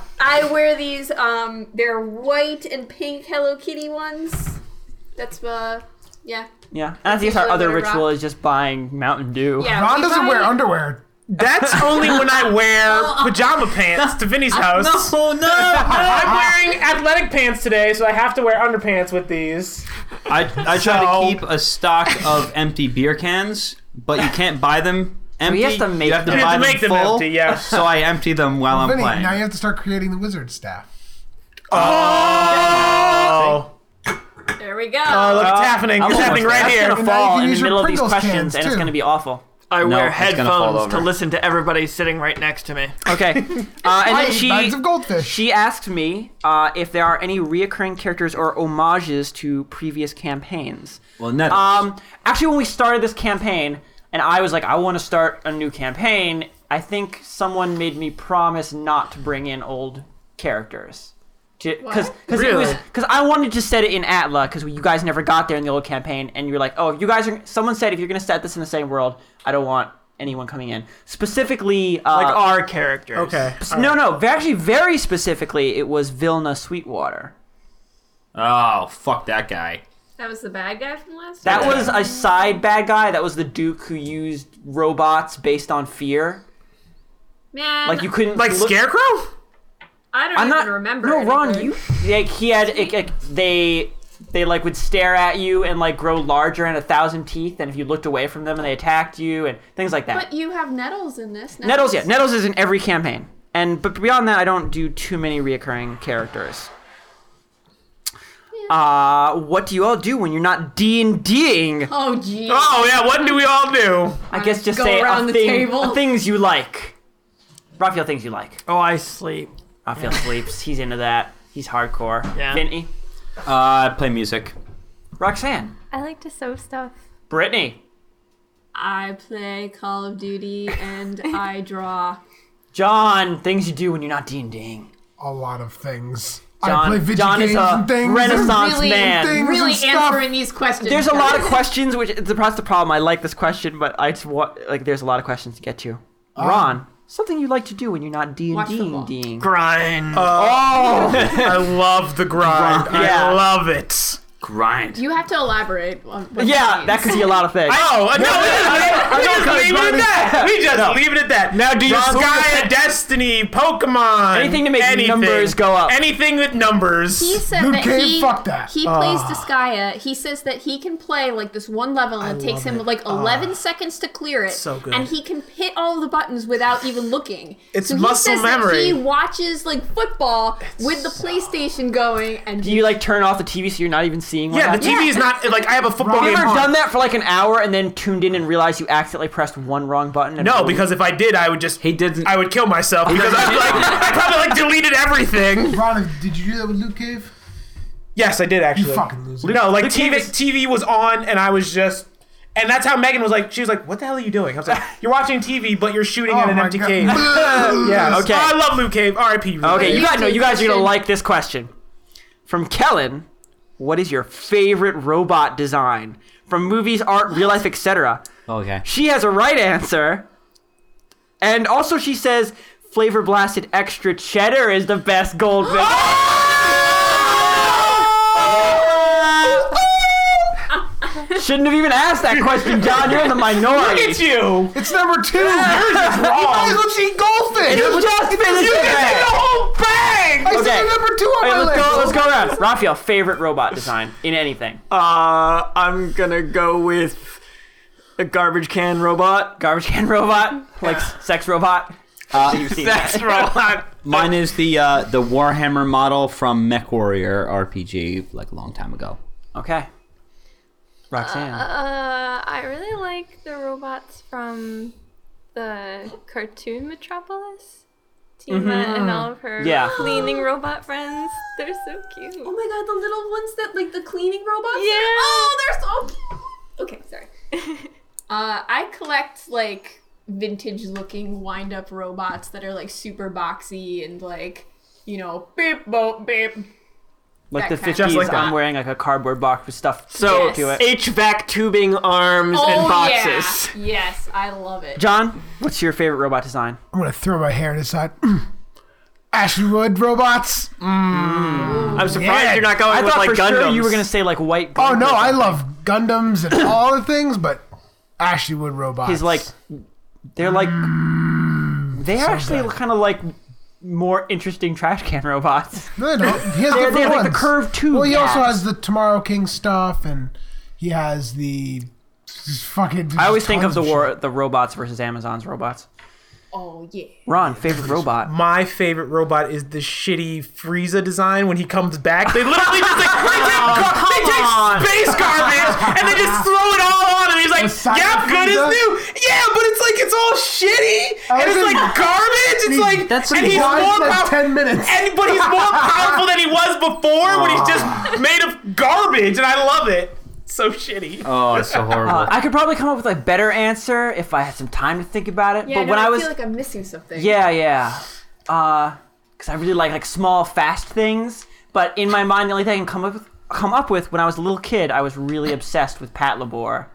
B: Yes. I wear these. Um, they're white and pink Hello Kitty ones. That's uh, yeah.
A: yeah and i think our
B: Usually
A: other
B: wear rock-
A: ritual is just buying mountain dew
J: Yeah,
G: Ron
J: we
G: doesn't
J: buy-
G: wear underwear.
E: That's only when I wear pajama pants to Vinny's house.
H: Oh no!
E: I'm wearing athletic pants today, so I have to wear underpants with these.
H: I, I try
E: So-
H: to keep a stock of empty beer cans, but you can't buy them empty.
A: he has to make
H: you have to
A: them.
E: You have
H: buy
E: to make them
H: full,
E: empty, yeah.
H: So I empty them while I'm
G: Vinny,
H: playing.
G: now you have to start creating the wizard staff.
E: Oh!
J: There we go.
A: Uh,
E: Oh, look, it's happening. It's happening right
A: that's
E: here.
A: gonna
G: And now you
A: fall
G: can
A: in the
G: use your
A: middle of these
G: Pringles
A: questions
G: cans,
A: and it's
G: too.
A: gonna be awful
E: I
H: No,
E: wear
H: it's gonna fall
E: headphones to
H: over.
E: listen to everybody sitting right next to me.
A: okay uh, and
G: I
A: then
G: eat
A: she
G: bags of goldfish.
A: She asked me uh, if there are any reoccurring characters or homages to previous campaigns.
H: Well, Nettles.
A: Um, actually, when we started this campaign, and I was like, I want to start a new campaign. I think someone made me promise not to bring in old characters. Because because it
E: Really?
A: was because I wanted to set it in Atla because you guys never got there in the old campaign and you're like oh if you guys are someone said if you're gonna set this in the same world I don't want anyone coming in specifically uh,
E: Like our characters.
F: Okay.
A: s- no no ve- actually very specifically it was Vilna Sweetwater
H: Oh, fuck that guy.
B: That was the bad guy from last.
A: that
B: time?
A: was a side bad guy that was the Duke who used robots based on fear
B: man.
A: like you couldn't
E: Like
A: look-
E: Scarecrow?
B: I don't
A: I'm
B: even
A: not
B: remember.
A: No, Ron,
B: anything.
A: you like he had like, like, they they like would stare at you and like grow larger and a thousand teeth, and if you looked away from them and they attacked you and things like that.
B: But you have nettles in this.
A: Nettles, yeah, Nettles is in every campaign, and but beyond that, I don't do too many reoccurring characters. Uh, what do you all do when you're not D and Ding?
J: Oh, geez.
E: Oh yeah, what do we all do?
A: I guess just
J: Go
A: say
J: around
A: a
J: the
A: thing,
J: table.
A: a things you like. Raphael, things you like.
E: Oh, I sleep.
A: Raphael sleeps. He's into that. He's hardcore.
E: Yeah.
A: Vinny,
H: Uh, I play music.
A: Roxanne,
C: I like to sew stuff.
A: Brittany,
B: I play Call of Duty and I draw.
A: John, things you do when you're not D and Ding.
G: A lot of things.
A: John-
G: I play video
A: John is
G: games
A: a
G: and things.
A: renaissance
G: and
A: man.
G: Things
J: Really
G: and stuff.
J: answering these questions.
A: There's a lot of questions, which it's that's the problem. I like this question, but I just want like there's a lot of questions to get to.
F: Oh.
A: Ron, something you like to do when you're not D and
J: Watch
A: Ding
J: football.
A: Ding. Oh,
E: Grind.
F: I love the grind.
A: Yeah.
F: Uh, I love it.
H: Grind.
J: You have to elaborate. On what
A: Yeah,
J: that
A: that could be a lot of things.
E: Oh, uh, no, we just leave it at that. We just leave it at that.
F: Now do you
E: John
F: Gaia,
E: Gaia,
F: Destiny, Pokemon,
A: Anything to make
F: anything.
A: numbers go up.
F: Anything with numbers.
J: He said
G: Luke
J: that
G: Cage,
J: he
G: fuck that.
J: he plays
A: Ah.
J: Disgaea. He says that he can play like this one level and it takes
F: love
J: him
F: it.
J: like
A: Ah.
J: 11 seconds to clear it.
F: so good.
J: And he can hit all the buttons without even looking.
F: It's
J: so he
F: muscle
J: says that
F: memory.
J: he watches like football with the PlayStation going and
A: Do you like turn off the TV so you're not even seeing? what
F: yeah, the
A: happens?
F: TV is not like I have a football
A: Have
F: game
A: you ever
F: on.
A: done that for like an hour and then tuned in and realized you accidentally pressed one wrong button? And
F: No, because if I did, I would just
H: He didn't.
F: I would kill myself because I like I probably like deleted everything.
G: Ron, did you do that with Luke Cave?
F: Yes, I did
G: You
F: actually.
G: fucking loser.
F: No, like
A: Luke
F: TV
A: Cage is-
F: TV was on and I was just and that's how Megan was like she was like, "What the hell are you doing?" I was like, "You're watching TV, but you're shooting
G: Oh
F: at an empty cave." yeah. Oh,
A: Okay.
F: I love Luke Cave. R.I.P. Luke
A: okay,
F: Cave.
A: you guys know you guys are gonna
J: Question.
A: like this question from Kellen. What is your favorite robot design from movies, art, real life, etc.?
H: Okay.
A: She has a right answer. And also she says flavor blasted extra cheddar is the best gold medal. Shouldn't have even asked that question, John. You're in the minority.
F: Look at you.
G: It's number two. you might as well cheat goldfish.
A: You just finished
G: you
A: it.
G: just ate the whole bag. I
A: Okay.
G: said number two on
A: All right,
G: my
A: let's
G: list.
A: go. Let's go around. Raphael, favorite robot design in anything.
E: Uh, I'm gonna go with a garbage can robot.
A: Garbage can robot, like sex robot.
H: Uh,
E: That's robot.
H: mine is the uh, the Warhammer model from MechWarrior RPG, like a long time ago.
A: Okay. Roxanne.
C: Uh, I really like the robots from the cartoon Metropolis. Tima and all of her
A: Mm-hmm. Yeah.
C: cleaning robot friends. They're so cute.
B: Oh my god, the little ones that like the cleaning robots.
C: Yeah.
B: Oh, they're so cute. Okay, sorry. uh, I collect like vintage-looking wind-up robots that are like super boxy and like you know beep boop beep.
A: like the
B: that kind.
A: 50s,
B: Just
E: like that.
A: I'm wearing like a cardboard box with stuff
E: So
A: to it.
E: HVAC tubing arms and boxes.
B: Oh, yeah. Yes, I love it.
A: John, what's your favorite robot design?
G: I'm gonna throw my hair to the side. Ashwood robots.
A: Mm,
E: I'm surprised
G: Yeah.
E: you're not going
A: I
E: with
A: thought
E: like
A: for
E: Gundams.
A: sure you were gonna say like white.
G: Oh no, I
A: love.
G: love Gundams and all the things, but Ashwood robots.
A: He's like, they're like, they're actually kind of like more interesting trash can robots.
G: no, no, he has
A: They're,
G: different
A: they're like the
G: ones.
A: curved tube.
G: Well, he also
A: guys.
G: has the Tomorrow King stuff, and he has the fucking.
A: I always think of
G: tons
A: the
G: shit.
A: war, the robots versus Amazon's robots.
B: Oh yeah.
A: Ron, favorite robot.
F: My favorite robot is the shitty Frieza design when he comes back. They literally just like they take, they take space garbage and they just throw it all on him. He's like,
G: Silent
F: "Yep, good as
G: Frieza?
F: new." Yeah, but it's like it's all shitty and
G: was
F: it's
G: in-
F: like garbage. It's like
H: that's
F: and
H: in
F: he's
G: Why
F: more
G: is that
F: pow-
G: ten minutes?
F: and but he's more powerful than he was before when he's just made of garbage, and I love it. So shitty.
H: Oh, it's so horrible.
A: Uh, I could probably come up with a better answer if I had some time to think about it.
B: Yeah,
A: but
B: no,
A: when
B: I,
A: I was,
B: feel like I'm missing something.
A: yeah, yeah, uh, because I really like like small, fast things. But in my mind, the only thing I can come up with, come up with when I was a little kid, I was really obsessed with Pat Labor.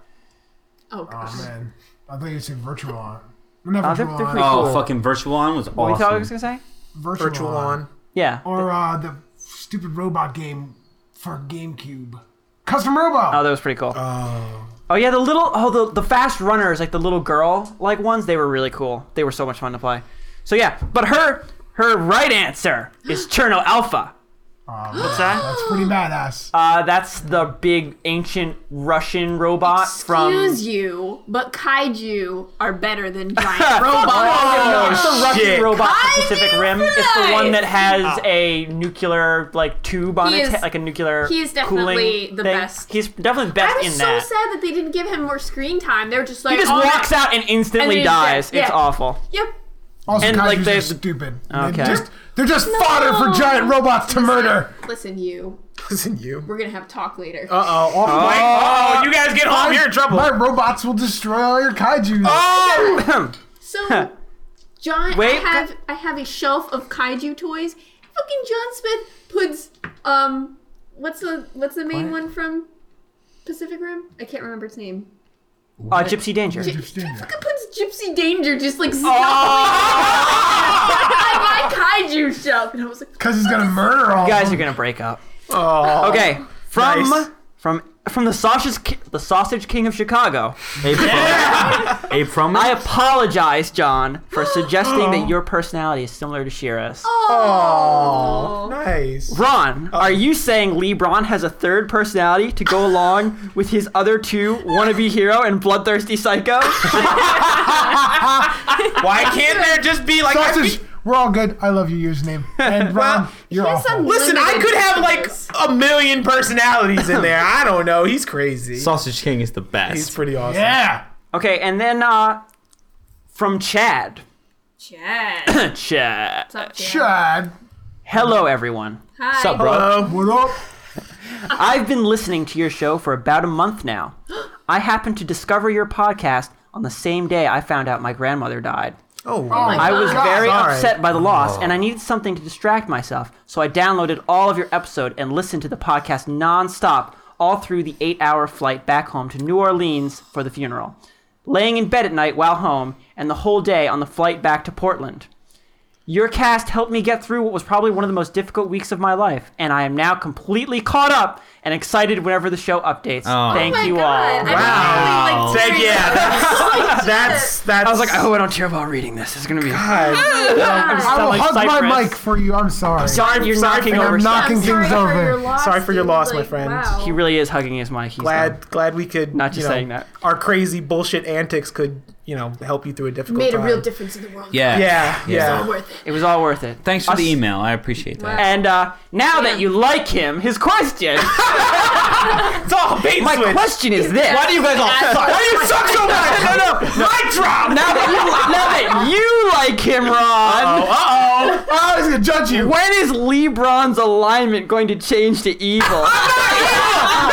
B: Oh gosh.
G: Oh man, I thought you said virtual on. Not
A: Uh, they're-
G: virtual
A: they're
G: on.
A: pretty
H: Oh,
A: cool.
H: fucking virtual on was
A: What you thought I was
H: awesome.
A: gonna say?
G: virtual,
F: Virtual on.
A: Yeah.
G: Or uh, the stupid robot game for GameCube. Custom Robot.
A: Oh, that was pretty cool. Oh. yeah, the little oh the the fast runners like the little girl like ones they were really cool. They were so much fun to play. So yeah, but her her right answer is Cherno Alpha.
G: Oh, man,
E: that?
G: That's pretty badass.
A: Uh, that's the big ancient Russian robot from.
B: Excuse you, but kaiju are better than giant robots.
A: No, it's the Russian
E: shit.
A: robot from Pacific Rim. It's the one
B: Oh, Nice.
A: that has
F: Ah.
A: a nuclear like tube on
B: He
A: its
B: is-
A: head, like a nuclear.
B: he is definitely
A: cooling
B: the
A: thing.
B: best.
A: He's definitely the
B: I
A: best
B: was
A: in
B: so
A: that.
B: sad that they didn't give him more screen time. They were just like,
A: He just
B: "Oh,
A: walks
B: no."
A: out and
B: And
A: instantly
B: then he's
A: dies.
B: dead.
A: It's
B: Yeah.
A: awful.
B: Yep.
G: Also,
A: and,
G: and
A: like,
G: like
A: they-
G: they're stupid.
A: Okay.
G: They're just they're just fodder for giant robots to murder.
B: Listen, you.
F: Listen, you.
B: We're gonna have a talk later.
F: Uh oh. Off the mic.
E: Oh, you guys get home. You're in trouble.
G: My robots will destroy all your kaiju.
B: So, John, I
A: Wait,
B: have I have a shelf of kaiju toys. Fucking John Smith puts um, what's the what's the main one from Pacific Rim? I can't remember its name.
A: uh, Gypsy Danger.
B: Fucking puts Gypsy Danger just like
F: Oh.
B: stuffed on my kaiju shelf, and I was like,
G: Because he's gonna murder all.
A: You
G: of
A: guys are
G: them.
A: gonna break up.
F: Oh.
A: Okay, from
F: nice.
A: from from the sausage ki- the sausage king of Chicago.
H: A promise. A promise.
A: I apologize, John, for suggesting
F: Oh.
A: that your personality is similar to Shira's.
F: Nice.
A: Ron, are you saying LeBron has a third personality to go along with his other two, wannabe hero and bloodthirsty psycho?
E: Why can't there just be like I
G: Sausage. We're all good. I love your username. And Ron, you're
B: Here's
G: awful.
B: some
F: Listen, I
B: limited
F: could have like
B: pieces.
F: a million personalities in there. I don't know. He's crazy.
H: Sausage King is the
F: He's
H: best.
F: pretty awesome.
G: yeah.
A: okay, and then uh, from Chad.
B: Chad.
A: Chad.
G: Chad.
A: Hello, everyone.
B: Hi.
A: Sup, bro?
F: Um,
G: What up?
A: I've been listening to your show for about a month now. I happened to discover your podcast on the same day I found out my grandmother died.
F: oh,
A: I was
G: God.
A: very
F: Sorry.
A: upset by the loss, and I needed something to distract myself, so I downloaded all of your episode and listened to the podcast nonstop all through the eight-hour flight back home to New Orleans for the funeral, laying in bed at night while home, and the whole day on the flight back to Portland. Your cast helped me get through what was probably one of the most difficult weeks of my life, and I am now completely caught up and excited whenever the show updates.
H: Oh.
A: Thank
B: Oh my
A: you all.
B: God, I'm
F: Wow.
B: really, like,
F: Thank-
B: tearing
F: yeah, that's that's, that's.
A: I was like, I hope I don't tear up while reading this. It's gonna be.
B: up.
A: just
G: I
A: sound
G: will
A: like
G: hug my
A: Cypress.
G: mic for you. I'm sorry.
A: John, you're
F: sorry
A: knocking
F: for- I'm
A: over stuff.
G: knocking
B: I'm sorry
G: things
B: for
G: over.
B: your loss,
F: Sorry for your
B: dude.
F: loss, my
B: Like,
F: friend.
B: wow.
A: He really is hugging his mic. He's done.
F: glad glad we could.
A: Not just
F: you know,
A: saying that.
F: Our crazy bullshit antics could you know help you through a difficult
B: made a
F: time.
B: real difference in the world.
H: Yeah.
F: Yeah,
H: Yeah.
F: yeah.
B: Worth it.
A: It was all worth it.
H: Thanks for
A: Us-
H: the email. I appreciate that.
A: And uh, now that you like him, his question.
F: It's all bait
A: my
F: switch.
A: question is this.
E: Why do you guys all suck?
F: Why do you suck so much?
A: No, no.
F: Mic drop.
A: Now that you, now that you like him, Ron.
F: Uh oh.
G: I was gonna judge you.
A: When is LeBron's alignment going to change to evil?
F: No, no, no.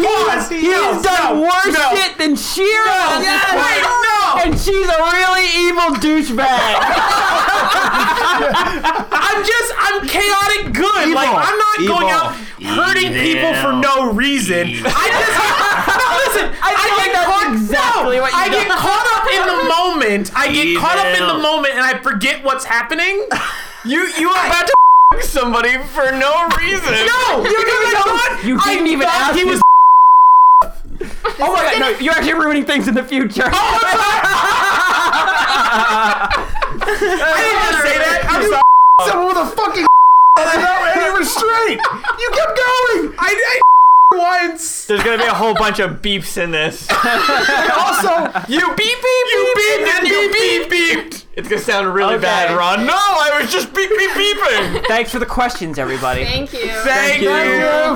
F: Pause.
A: He's done worse shit than Shira.
F: Wait, no.
A: And she's a really evil douchebag.
F: I'm just I'm chaotic good. Like I'm not going out hurting people for no reason. I just no, listen. I,
A: feel like
F: get
A: that's
F: caught,
A: exactly
F: no,
A: what you
F: I get
A: done.
F: caught up in the moment. I get caught up in the
E: Evil.
F: moment and I forget what's happening.
E: You you were about to f- somebody for no reason.
F: No, you didn't
A: you didn't even ask
F: He
A: him.
F: was.
A: oh my god, no, you're actually ruining things in the future.
F: Oh, I didn't just say that. I'm sorry.
G: Someone with a fucking without any restraint. You kept going.
F: I, I once.
E: There's gonna be a whole bunch of beeps in this.
G: Also,
E: You beep beep you beep, and you beep beeped. It's gonna sound really
A: Okay.
E: bad, Ron. No, I was just beep beep beeping.
A: Thanks for the questions, everybody.
B: Thank you.
E: Thank you.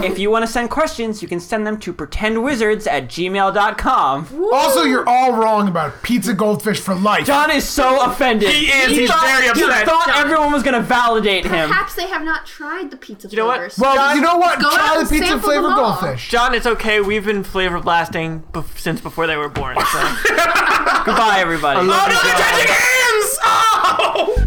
A: If you want to send questions, you can send them to pretendwizards at gmail.com.
G: also, you're all wrong about pizza goldfish for life.
A: John is so offended.
E: He is. He's very
A: He
E: upset.
A: thought everyone was going to validate him.
B: Perhaps they have not tried the pizza
E: know what?
B: flavors.
G: well,
E: John,
G: you know what?
B: go out
G: Try
B: and
G: the pizza
B: sample
G: flavored
B: them all.
G: goldfish.
E: John, it's okay. We've been flavor blasting bef- since before they were born. So.
A: Goodbye, everybody.
E: Oh no, they're touching hands! Oh!